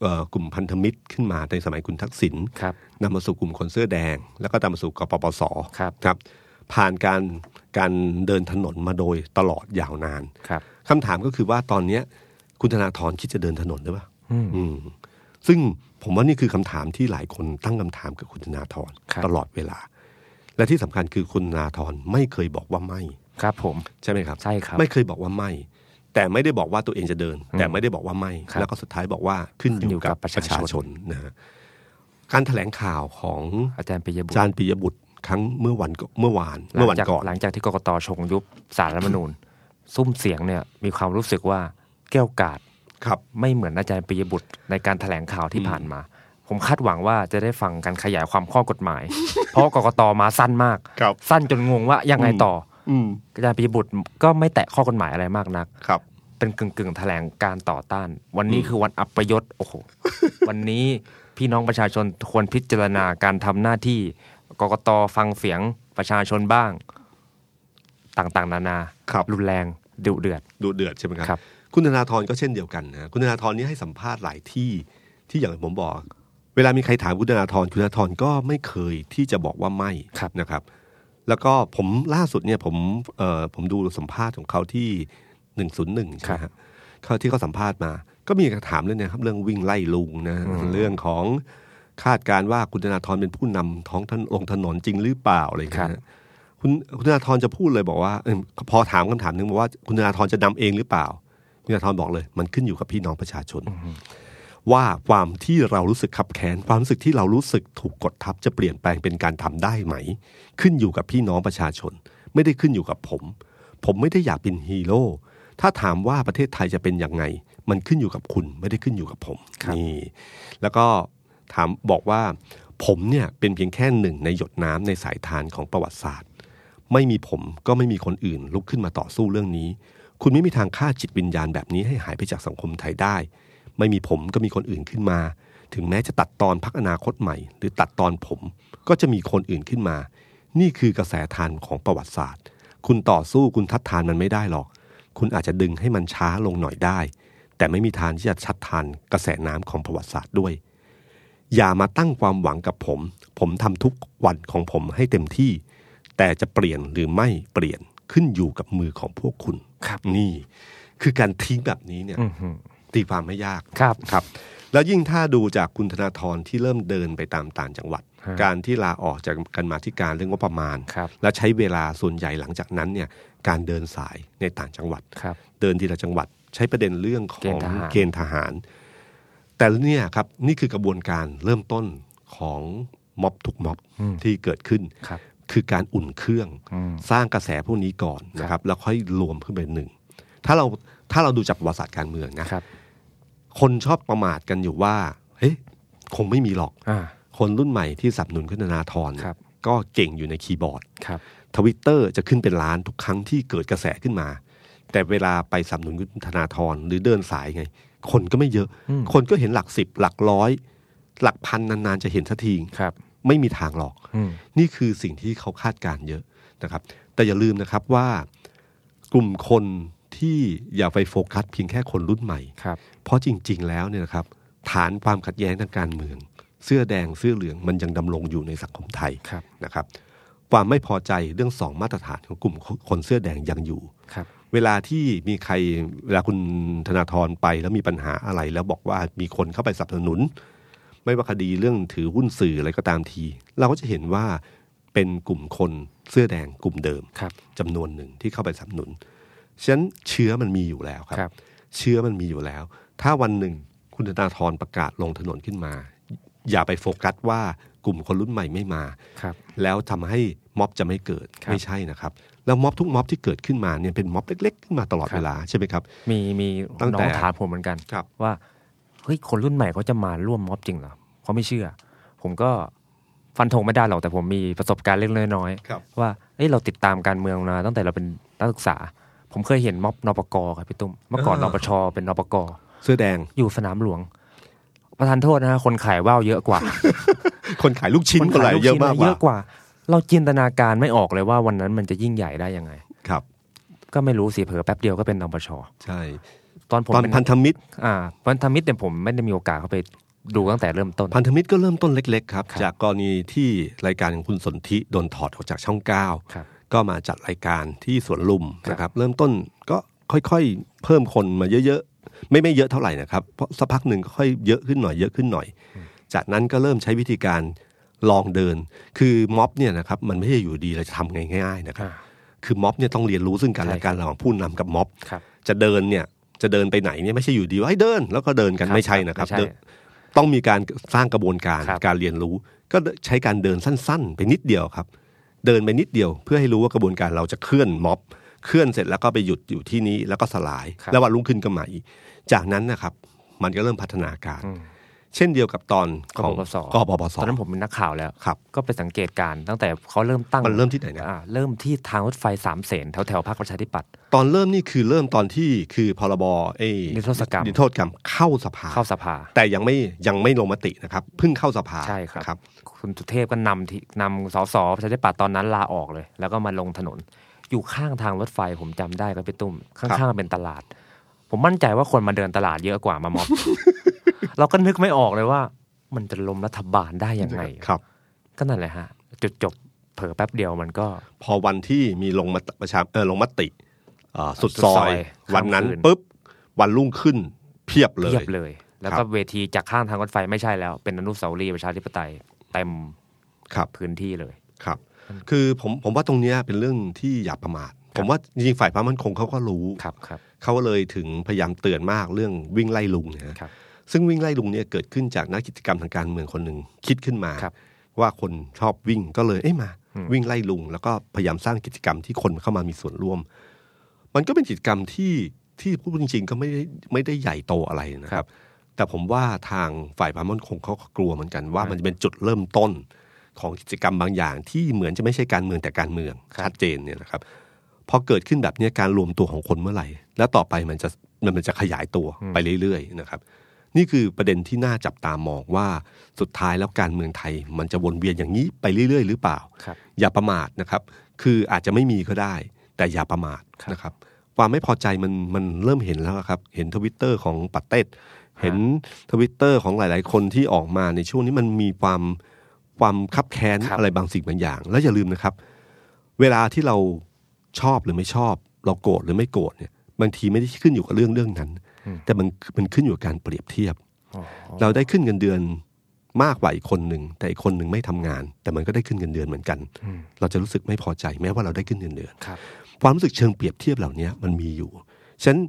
[SPEAKER 2] เอ่อกลุ่มพันธมิตรขึ้นมาในสมัยคุณทักษิณ
[SPEAKER 3] ครับ
[SPEAKER 2] นำมาสู่กลุ่มคนเสื้อแดง แล้วก็นำมาสู่กปปส
[SPEAKER 3] ครับ
[SPEAKER 2] ครับ ผ่านการการเดินถนนมาโดยตลอดยาวนาน
[SPEAKER 3] ครับ
[SPEAKER 2] คำถามก็คือว่าตอนเนี้ยคุณธนาธรคิดจะเดินถนนหรือเปล่าอืมซึ่งผมว่านี่คือคำถามที่หลายคนตั้งคำถามกับคุณธนาธร
[SPEAKER 3] ครับ
[SPEAKER 2] ตลอดเวลา และที่สำคัญคือคุณธนาธรไม่เคยบอกว่าไม่
[SPEAKER 3] ครับผม
[SPEAKER 2] ใช่ไหมครับ
[SPEAKER 3] ใช่ครับ
[SPEAKER 2] ไม่เคยบอกว่าไม่ แต่ไม่ได้บอกว่าตัวเองจะเดิน แต่ไม่ได้บอกว่าไม่
[SPEAKER 3] ครับ
[SPEAKER 2] แล้วก็สุดท้ายบอกว่าขึ้นอ
[SPEAKER 3] ขึ้นอยู่
[SPEAKER 2] ยู่
[SPEAKER 3] กั
[SPEAKER 2] กั
[SPEAKER 3] บบ ป
[SPEAKER 2] ประ ระ
[SPEAKER 3] ชาชน
[SPEAKER 2] ชาชนนะฮะการแถลงข่าวของ
[SPEAKER 3] อาจารย์ปิยบุต
[SPEAKER 2] อาจาร
[SPEAKER 3] ร
[SPEAKER 2] ย์ปิยบุตรครั้งเมื่อวันก่อนเมื่อวาน
[SPEAKER 3] หลั
[SPEAKER 2] เมื่อวัน
[SPEAKER 3] จาก
[SPEAKER 2] ก่อน
[SPEAKER 3] หลังจากที่กกตชงยุบสารรัฐธรรม นูญ ซุ้มเสียงเนี่ยมีความรู้สึกว่าแก้วกาด
[SPEAKER 2] ครับ
[SPEAKER 3] ไม่เหมือนอาจารย์ปิยบุตรในการแถลงข่าวที่ผ่านมา ผมคาดหวังว่าจะได้ฟังการขยายความข้อกฎหมาย เพราะกกตมาสั้นมาก
[SPEAKER 2] ครับ
[SPEAKER 3] สั้นจนงงว่ายังไงต่อ
[SPEAKER 2] อืม
[SPEAKER 3] อาจารย์ปิยบุตรก็ไม่แตะข้อกฎหมายอะไรมากนัก
[SPEAKER 2] ครับ
[SPEAKER 3] เป็นกึ่งกึ่งๆแถลงการต่อต้าน วันนี้คือวันอัปยศโอ้โห วันนี้พี่น้องประชาชนควรพิจารณาการทำหน้าที่กกตฟังเสียงประชาชนบ้าง ต่างๆ นานา
[SPEAKER 2] ครับ
[SPEAKER 3] รุนแรงดุเดือด
[SPEAKER 2] ดูเดือดใช่ไหมครับ
[SPEAKER 3] ครับ
[SPEAKER 2] คุณธนาธรก็เช่นเดียวกันนะคุณธนาธรนี่ให้สัมภาษณ์หลายที่ที่อย่างผมบอก เวลามีใครถามคุณธนาธรคุณธนาธรก็ไม่เคยที่จะบอกว่าไม่
[SPEAKER 3] ครับ
[SPEAKER 2] นะครับ แล้วก็ผมล่าสุดเนี่ยผมเอ่อผมดูสัมภาษณ์ของเขาที่หนึ่งศูนย์หนึ่งใช่ไหมฮะเขาที่เขาสัมภาษณ์มา ก็มีการถามเรื่องเนะครับเรื่องวิ่งไล่ลุงนะเรื่องของคาดการณ์ว่าคุณธนาธรเป็นผู้นำท้องถนนลงถนนจริงหรือเปล่าอะไรอย่างเงี้ยนะ คุณคุณธนาธรจะพูดเลยบอกว่าเออพอถามคำถามหนึงบอกว่าคุณธนาธรจะนำเองหรือเปล่า คุณธนาธรบอกเลย มันขึ้นอยู่กับพี่น้องประชาชน ว่าความที่เรารู้สึกขับแค้นความรู้สึกที่เรารู้สึกถูกกดทับจะเปลี่ยนแปลงเป็นการทำได้ไหม ขึ้นอยู่กับพี่น้องประชาชน ไม่ได้ขึ้นอยู่กับผม ผมไม่ได้อยากเป็นฮีโร่ถ้าถามว่าประเทศไทยจะเป็นยังไง มันขึ้นอยู่กับคุณไม่ได้ขึ้นอยู่กับผมนี่แล้วก็ถามบอกว่า ผมเนี่ยเป็นเพียงแค่หนึ่งในหยดน้ำในสายทานของประวัติศาสตร์ ไม่มีผมก็ไม่มีคนอื่นลุกขึ้นมาต่อสู้เรื่องนี้ คุณไม่มีทางฆ่าจิตวิญญาณแบบนี้ให้หายไปจากสังคมไทยได้ ไม่มีผมก็มีคนอื่นขึ้นมา ถึงแม้จะตัดตอนพักอนาคตใหม่ หรือตัดตอนผม ก็จะมีคนอื่นขึ้นมา นี่คือกระแสทานของประวัติศาสตร์ คุณต่อสู้คุณทัดทานมันไม่ได้หรอก คุณอาจจะดึงให้มันช้าลงหน่อยได้ แต่ไม่มีทางที่จะชัดทานกระแสน้ำของประวัติศาสตร์ด้วย อย่ามาตั้งความหวังกับผม ผมทำทุกวันของผมให้เต็มที่ แต่จะเปลี่ยนหรือไม่เปลี่ยนขึ้นอยู่กับมือของพวกคุณ
[SPEAKER 3] ครับ
[SPEAKER 2] นี่ คือการทิ้งแบบนี้เนี่ย
[SPEAKER 3] อื้อหือ
[SPEAKER 2] ตีความไม่ยาก
[SPEAKER 3] ครับ
[SPEAKER 2] ครับ แล้วยิ่งถ้าดูจากคุณธนาธรที่เริ่มเดินไปตามต่างจังหวัด
[SPEAKER 3] ฮะ
[SPEAKER 2] การที่ลาออกจากการมาธิการเรื่องงบประมาณ
[SPEAKER 3] ครับ
[SPEAKER 2] และใช้เวลาส่วนใหญ่หลังจากนั้นเนี่ยการเดินสายในต่างจังหวัด
[SPEAKER 3] ครับ
[SPEAKER 2] เดินทีละจังหวัด ใช้ประเด็นเรื่องของ
[SPEAKER 3] เกณฑ์ทหาร
[SPEAKER 2] เกณฑ์ทหาร แต่เนี่ยครับนี่คือกระบวนการเริ่มต้นของม็อบทุกม็อบที่เกิดขึ้น
[SPEAKER 3] ครับ
[SPEAKER 2] คือการอุ่นเครื่อง
[SPEAKER 3] อืม
[SPEAKER 2] สร้างกระแสพวกนี้ก่อนนะครับ แล้วค่อยรวมขึ้นเป็นหนึ่ง ถ้าเราถ้าเราดูจากประวัติศาสตร์การเมืองนะครับ คนชอบประมาทกันอยู่ว่าเฮ้ยคงไม่มีหรอก
[SPEAKER 3] อ่า
[SPEAKER 2] คนรุ่นใหม่ที่สนับสนุนคุณธนาธรเนี่ย
[SPEAKER 3] ครับ
[SPEAKER 2] ก็เก่งอยู่ในคีย์บอร์ด
[SPEAKER 3] ครับ
[SPEAKER 2] ทวิตเตอร์จะขึ้นเป็นล้านทุกครั้งที่เกิดกระแสขึ้นมา แต่เวลาไปสนับสนุนคุณธนาธรหรือเดินสายไง คนก็ไม่เยอะ คนก็เห็นหลักสิบหลักร้อย หลักพันนานๆจะเห็นสักที
[SPEAKER 3] ครับ
[SPEAKER 2] ไม่มีทางหรอก
[SPEAKER 3] อืม
[SPEAKER 2] นี่คือสิ่งที่เขาคาดการณ์เยอะนะครับ แต่อย่าลืมนะครับว่ากลุ่มคนที่อย่าไปโฟกัสเพียงแค่คนรุ่นใหม่
[SPEAKER 3] ครับ
[SPEAKER 2] เพราะจริง ๆ แล้วเนี่ยนะครับ ฐานความขัดแย้งทางการเมือง เสื้อแดงเสื้อเหลืองมันยังดำรงอยู่ในสังคมไทย
[SPEAKER 3] ครับ
[SPEAKER 2] นะครับ ความไม่พอใจเรื่องสองมาตรฐานของกลุ่มคนเสื้อแดงยังอยู่
[SPEAKER 3] ครับ
[SPEAKER 2] เวลาที่มีใครเวลาคุณธนาธรไปแล้วมีปัญหาอะไร แล้วบอกว่ามีคนเข้าไปสนับสนุน ไม่ว่าคดีเรื่องถือหุ้นสื่ออะไรก็ตามที เราก็จะเห็นว่าเป็นกลุ่มคนเสื้อแดงกลุ่มเดิม
[SPEAKER 3] ครับ
[SPEAKER 2] จำนวนหนึ่งที่เข้าไปสนับสนุนฉะนั้นเชื้อมันมีอยู่แล้วครับ
[SPEAKER 3] ครับ
[SPEAKER 2] เชื้อมันมีอยู่แล้ว ถ้าวันหนึ่งคุณธนาธรประกาศลงถนนขึ้นมา อย่าไปโฟกัสว่ากลุ่มคนรุ่นใหม่ไม่มา
[SPEAKER 3] ครับ
[SPEAKER 2] แล้วทำให้ม็อบจะไม่เกิด
[SPEAKER 3] ครับ
[SPEAKER 2] ไม่ใช่นะครับ แล้วม็อบทุกม็อบที่เกิดขึ้นมาเนี่ยเป็นม็อบเล็กๆขึ้นมาตลอด
[SPEAKER 3] ครับ
[SPEAKER 2] เวลาใช่ไหมครับ
[SPEAKER 3] มีมี
[SPEAKER 2] ตั้ง
[SPEAKER 3] น้
[SPEAKER 2] แต่
[SPEAKER 3] องถามผมเหมือนกัน
[SPEAKER 2] ครับ
[SPEAKER 3] ว่าเฮ้ยคนรุ่นใหม่เขาจะมาร่วมม็อบจริงเหรอเขาไม่เชื่อ ผมก็ฟันธงไม่ได้หรอกแต่ผมมีประสบการณ์เล็กๆน้อยๆ
[SPEAKER 2] ครับ
[SPEAKER 3] ว่าเอ้ยเราติดตามการเมืองมาตั้งแต่เราเป็นนักศึกษา ผมเคยเห็นม็อบนปกครับพี่ตุ้มเมื่อก่อนนปชเป็นนปก
[SPEAKER 2] เสื้อแดง
[SPEAKER 3] อยู่สนามหลวง ประธานโทษนะฮะคนขายว่าวเยอะกว่า
[SPEAKER 2] คน ขายลูกชิ้น
[SPEAKER 3] ค
[SPEAKER 2] ก็หลายเยอะมากก
[SPEAKER 3] เย
[SPEAKER 2] ว่า
[SPEAKER 3] อะกว่า เราจินตนาการไม่ออกเลยว่าวันนั้นมันจะยิ่งใหญ่ได้ยังไง
[SPEAKER 2] ครับ
[SPEAKER 3] ก็ไม่รู้สิเผลอแป๊บเดียวก็เป็นนปช
[SPEAKER 2] ใช่
[SPEAKER 3] ตอนผม
[SPEAKER 2] ตอน
[SPEAKER 3] เป็น
[SPEAKER 2] พันธมิตร
[SPEAKER 3] อ่าพันธมิตรเนี่ยผมไม่ได้มีโอกาสเข้าไปดูตั้งแต่เริ่มต้น
[SPEAKER 2] พันธมิตรก็เริ่มต้นเล็กๆครับ
[SPEAKER 3] ครับ
[SPEAKER 2] จากกรณีที่รายการของคุณสนธิโดนถอดออกจากช่องเก้า
[SPEAKER 3] ครับ
[SPEAKER 2] ก็มาจัดรายการที่สวนลุม
[SPEAKER 3] ครับ
[SPEAKER 2] นะครับ เริ่มต้นก็ค่อยๆ เพิ่มคนมาเยอะๆ ไม่ไม่เยอะเท่าไหร่นะครับ เพราะสักพักหนึ่งก็ค่อยเยอะขึ้นหน่อยเยอะขึ้นหน่อย จากนั้นก็เริ่มใช้วิธีการลองเดิน คือม็อบเนี่ยนะครับมันไม่ใช่อยู่ดีเราจะทำง่ายๆนะครับ
[SPEAKER 3] อ่า
[SPEAKER 2] คือม็อบเนี่ยต้องเรียนรู้ซึ่งกัน
[SPEAKER 3] ใช่
[SPEAKER 2] และ
[SPEAKER 3] ครั
[SPEAKER 2] กัน
[SPEAKER 3] บ
[SPEAKER 2] ระหว่างผู้นำกับม็อบ
[SPEAKER 3] ครับ
[SPEAKER 2] จะเดินเนี่ยจะเดินไปไหนเนี่ยไม่ใช่อยู่ดีว่าให้เดินแล้วก็เดินกัน
[SPEAKER 3] ครับ
[SPEAKER 2] ไม่ใช่นะครับ
[SPEAKER 3] ไม่ใช่
[SPEAKER 2] เดินต้องมีการสร้างกระบวนการ
[SPEAKER 3] ครับ
[SPEAKER 2] การเรียนรู้ ก็ใช้การเดินสั้น ๆ ไปนิดเดียวครับ เดินไปนิดเดียว เพื่อให้รู้ว่ากระบวนการเราจะเคลื่อนม็อบ เคลื่อนเสร็จแล้วก็ไปหยุดอยู่ที่นี้แล้วก็สลาย
[SPEAKER 3] ครับ
[SPEAKER 2] แล้ววันรุ่งขึ้นก็มาอีกจากนั้นนะครับ มันก็เริ่มพัฒนาการ เช่นเดียวกับตอนของ
[SPEAKER 3] กปปส
[SPEAKER 2] กปปส
[SPEAKER 3] ตอนนั้นผมเป็นนักข่าวแล้ว
[SPEAKER 2] ครับ
[SPEAKER 3] ก็ไปสังเกตการณ์ตั้งแต่เขาเริ่มตั้ง
[SPEAKER 2] มันเริ่มที่ไหนนะ
[SPEAKER 3] อ่าเริ่มที่ทางรถไฟสามเสนแถวแถวๆพรรคประชาธิปัตย์
[SPEAKER 2] ตอนเริ่มนี่คือเริ่มตอนที่คือพรบเอ้
[SPEAKER 3] นิรโทษกรรม
[SPEAKER 2] นิรโทษกรรมเข้าสภา
[SPEAKER 3] เข้าสภา
[SPEAKER 2] แต่ยังไม่ยังไม่ลงมตินะครับเพิ่งเข้าสภา
[SPEAKER 3] ใช่ครับ
[SPEAKER 2] ครับ
[SPEAKER 3] คุณสุเทพก็นำที่นำสสประชาธิปัตย์ตอนนั้นลาออกเลย แล้วก็มาลงถนน อยู่ข้างทางรถไฟผมจำได้ครับพี่ตุ้ม ข้างๆเป็นตลาด ผมมั่นใจว่าคนมาเดินตลาดเยอะกว่ามาม็อบ เราก็นึกไม่ออกเลยว่า มันจะล้มรัฐบาลได้ยังไง
[SPEAKER 2] ครับ
[SPEAKER 3] ก็นั่นแหละฮะ จุดจบเผลอแป๊บเดียวมันก็
[SPEAKER 2] พอวันที่มีลงมติประชาเออลงมติเอ่อสุดซ
[SPEAKER 3] สุดซ
[SPEAKER 2] อ
[SPEAKER 3] อย ย
[SPEAKER 2] วันนั้น
[SPEAKER 3] ข้ามคืน
[SPEAKER 2] ปุ๊บวันรุ่งขึ้นเพียบเลย
[SPEAKER 3] เพียบเลย แล้ว
[SPEAKER 2] ครั
[SPEAKER 3] ก็
[SPEAKER 2] บ
[SPEAKER 3] เวทีจากข้างทางรถไฟไม่ใช่แล้ว เป็นอนุสาวรีย์ประชาธิปไตยเต็ม
[SPEAKER 2] ครับ
[SPEAKER 3] พื้นที่เลย
[SPEAKER 2] ครับ คือผมผมว่าตรงเนี้ยเป็นเรื่องที่อย่าประมาท ผมว่าจริงๆฝ่ายพระมันคงเขาก็รู้
[SPEAKER 3] ครับครับ
[SPEAKER 2] เขาเลยถึงพยายามเตือนมากเรื่องวิ่งไล่ลุงนะฮะ
[SPEAKER 3] ครับ
[SPEAKER 2] ซึ่งวิ่งไล่ลุงเนี่ยเกิดขึ้นจากนักกิจกรรมทางการเมืองคนหนึ่งคิดขึ้นมา
[SPEAKER 3] ครับ
[SPEAKER 2] ว่าคนชอบวิ่งก็เลยเอ๊ะมา
[SPEAKER 3] อืม
[SPEAKER 2] วิ่งไล่ลุง แล้วก็พยายามสร้างกิจกรรมที่คนเข้ามามีส่วนร่วม มันก็เป็นกิจกรรมที่ที่พูดจริงๆ ก็ไม่ได้ไม่ได้ใหญ่โตอะไรนะครับ แต่ผมว่าทางฝ่ายพามันคงเขาก็กลัวเหมือนกันว่ามันจะเป็นจุดเริ่มต้นของกิจกรรมบางอย่าง ที่เหมือนจะไม่ใช่การเมืองแต่การเมือง
[SPEAKER 3] ครับ
[SPEAKER 2] ชัดเจนเนี่ยนะครับ พอเกิดขึ้นแบบเนี้ยการรวมตัวของคนเมื่อไหร่ แล้วต่อไปมันจะมันจะขยายตัวไปเรื่อยๆนะครับ นี่คือประเด็นที่น่าจับตามองว่าสุดท้ายแล้วการเมืองไทย มันจะวนเวียนอย่างนี้ไปเรื่อย ๆ หรือเปล่า
[SPEAKER 3] ครับ
[SPEAKER 2] อย่าประมาทนะครับ คืออาจจะไม่มีก็ได้ แต่อย่าประมาทนะครับ ความไม่พอใจมันมันเริ่มเห็นแล้วครับ เห็นทวิตเตอร์ของปัตเต้เห็นทวิตเตอร์ของหลาย ๆ คนที่ออกมาในช่วงนี้มันมีความความคับแค้น
[SPEAKER 3] ครับ
[SPEAKER 2] อะไรบางสิ่งบางอย่าง แล้วอย่าลืมนะครับ เวลาที่เราชอบหรือไม่ชอบ เราโกรธหรือไม่โกรธเนี่ย บางทีไม่ได้ขึ้นอยู่กับเรื่องเรื่องนั้น แต่มันมันขึ้นอยู่กับการเปรียบเทียบ
[SPEAKER 3] อ๋อ
[SPEAKER 2] เราได้ขึ้นเงินเดือนมากกว่าอีกคนหนึ่งแต่อีกคนหนึ่งไม่ทำงาน แต่มันก็ได้ขึ้นเงินเดือนเหมือนกัน เราจะรู้สึกไม่พอใจแม้ว่าเราได้ขึ้นเงินเดือน
[SPEAKER 3] ครับ
[SPEAKER 2] ความรู้สึกเชิงเปรียบเทียบเหล่านี้มันมีอยู่ฉะนั้น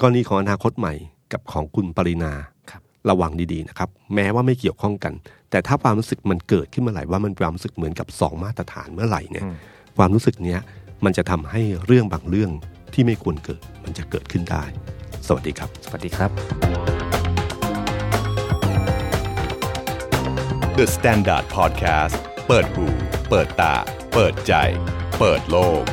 [SPEAKER 2] กรณีของอนาคตใหม่กับของคุณปรินา
[SPEAKER 3] ครับ
[SPEAKER 2] ระวังดีๆนะครับ แม้ว่าไม่เกี่ยวข้องกัน แต่ถ้าความรู้สึกมันเกิดขึ้นเมื่อไหร่ว่ามันเป็นความรู้สึกเหมือนกับสองมาตรฐานเมื่อไหร่เนี่ยความรู้สึกเนี้ยมันจะทำให้เรื่องบางเรื่องที่ไม่ควรเกิด มันจะเกิดขึ้นได้ สวัสดีครับ
[SPEAKER 3] สวัสดีครับ
[SPEAKER 1] The Standard Podcast เปิดหูเปิดตา เปิดใจ เปิดโลก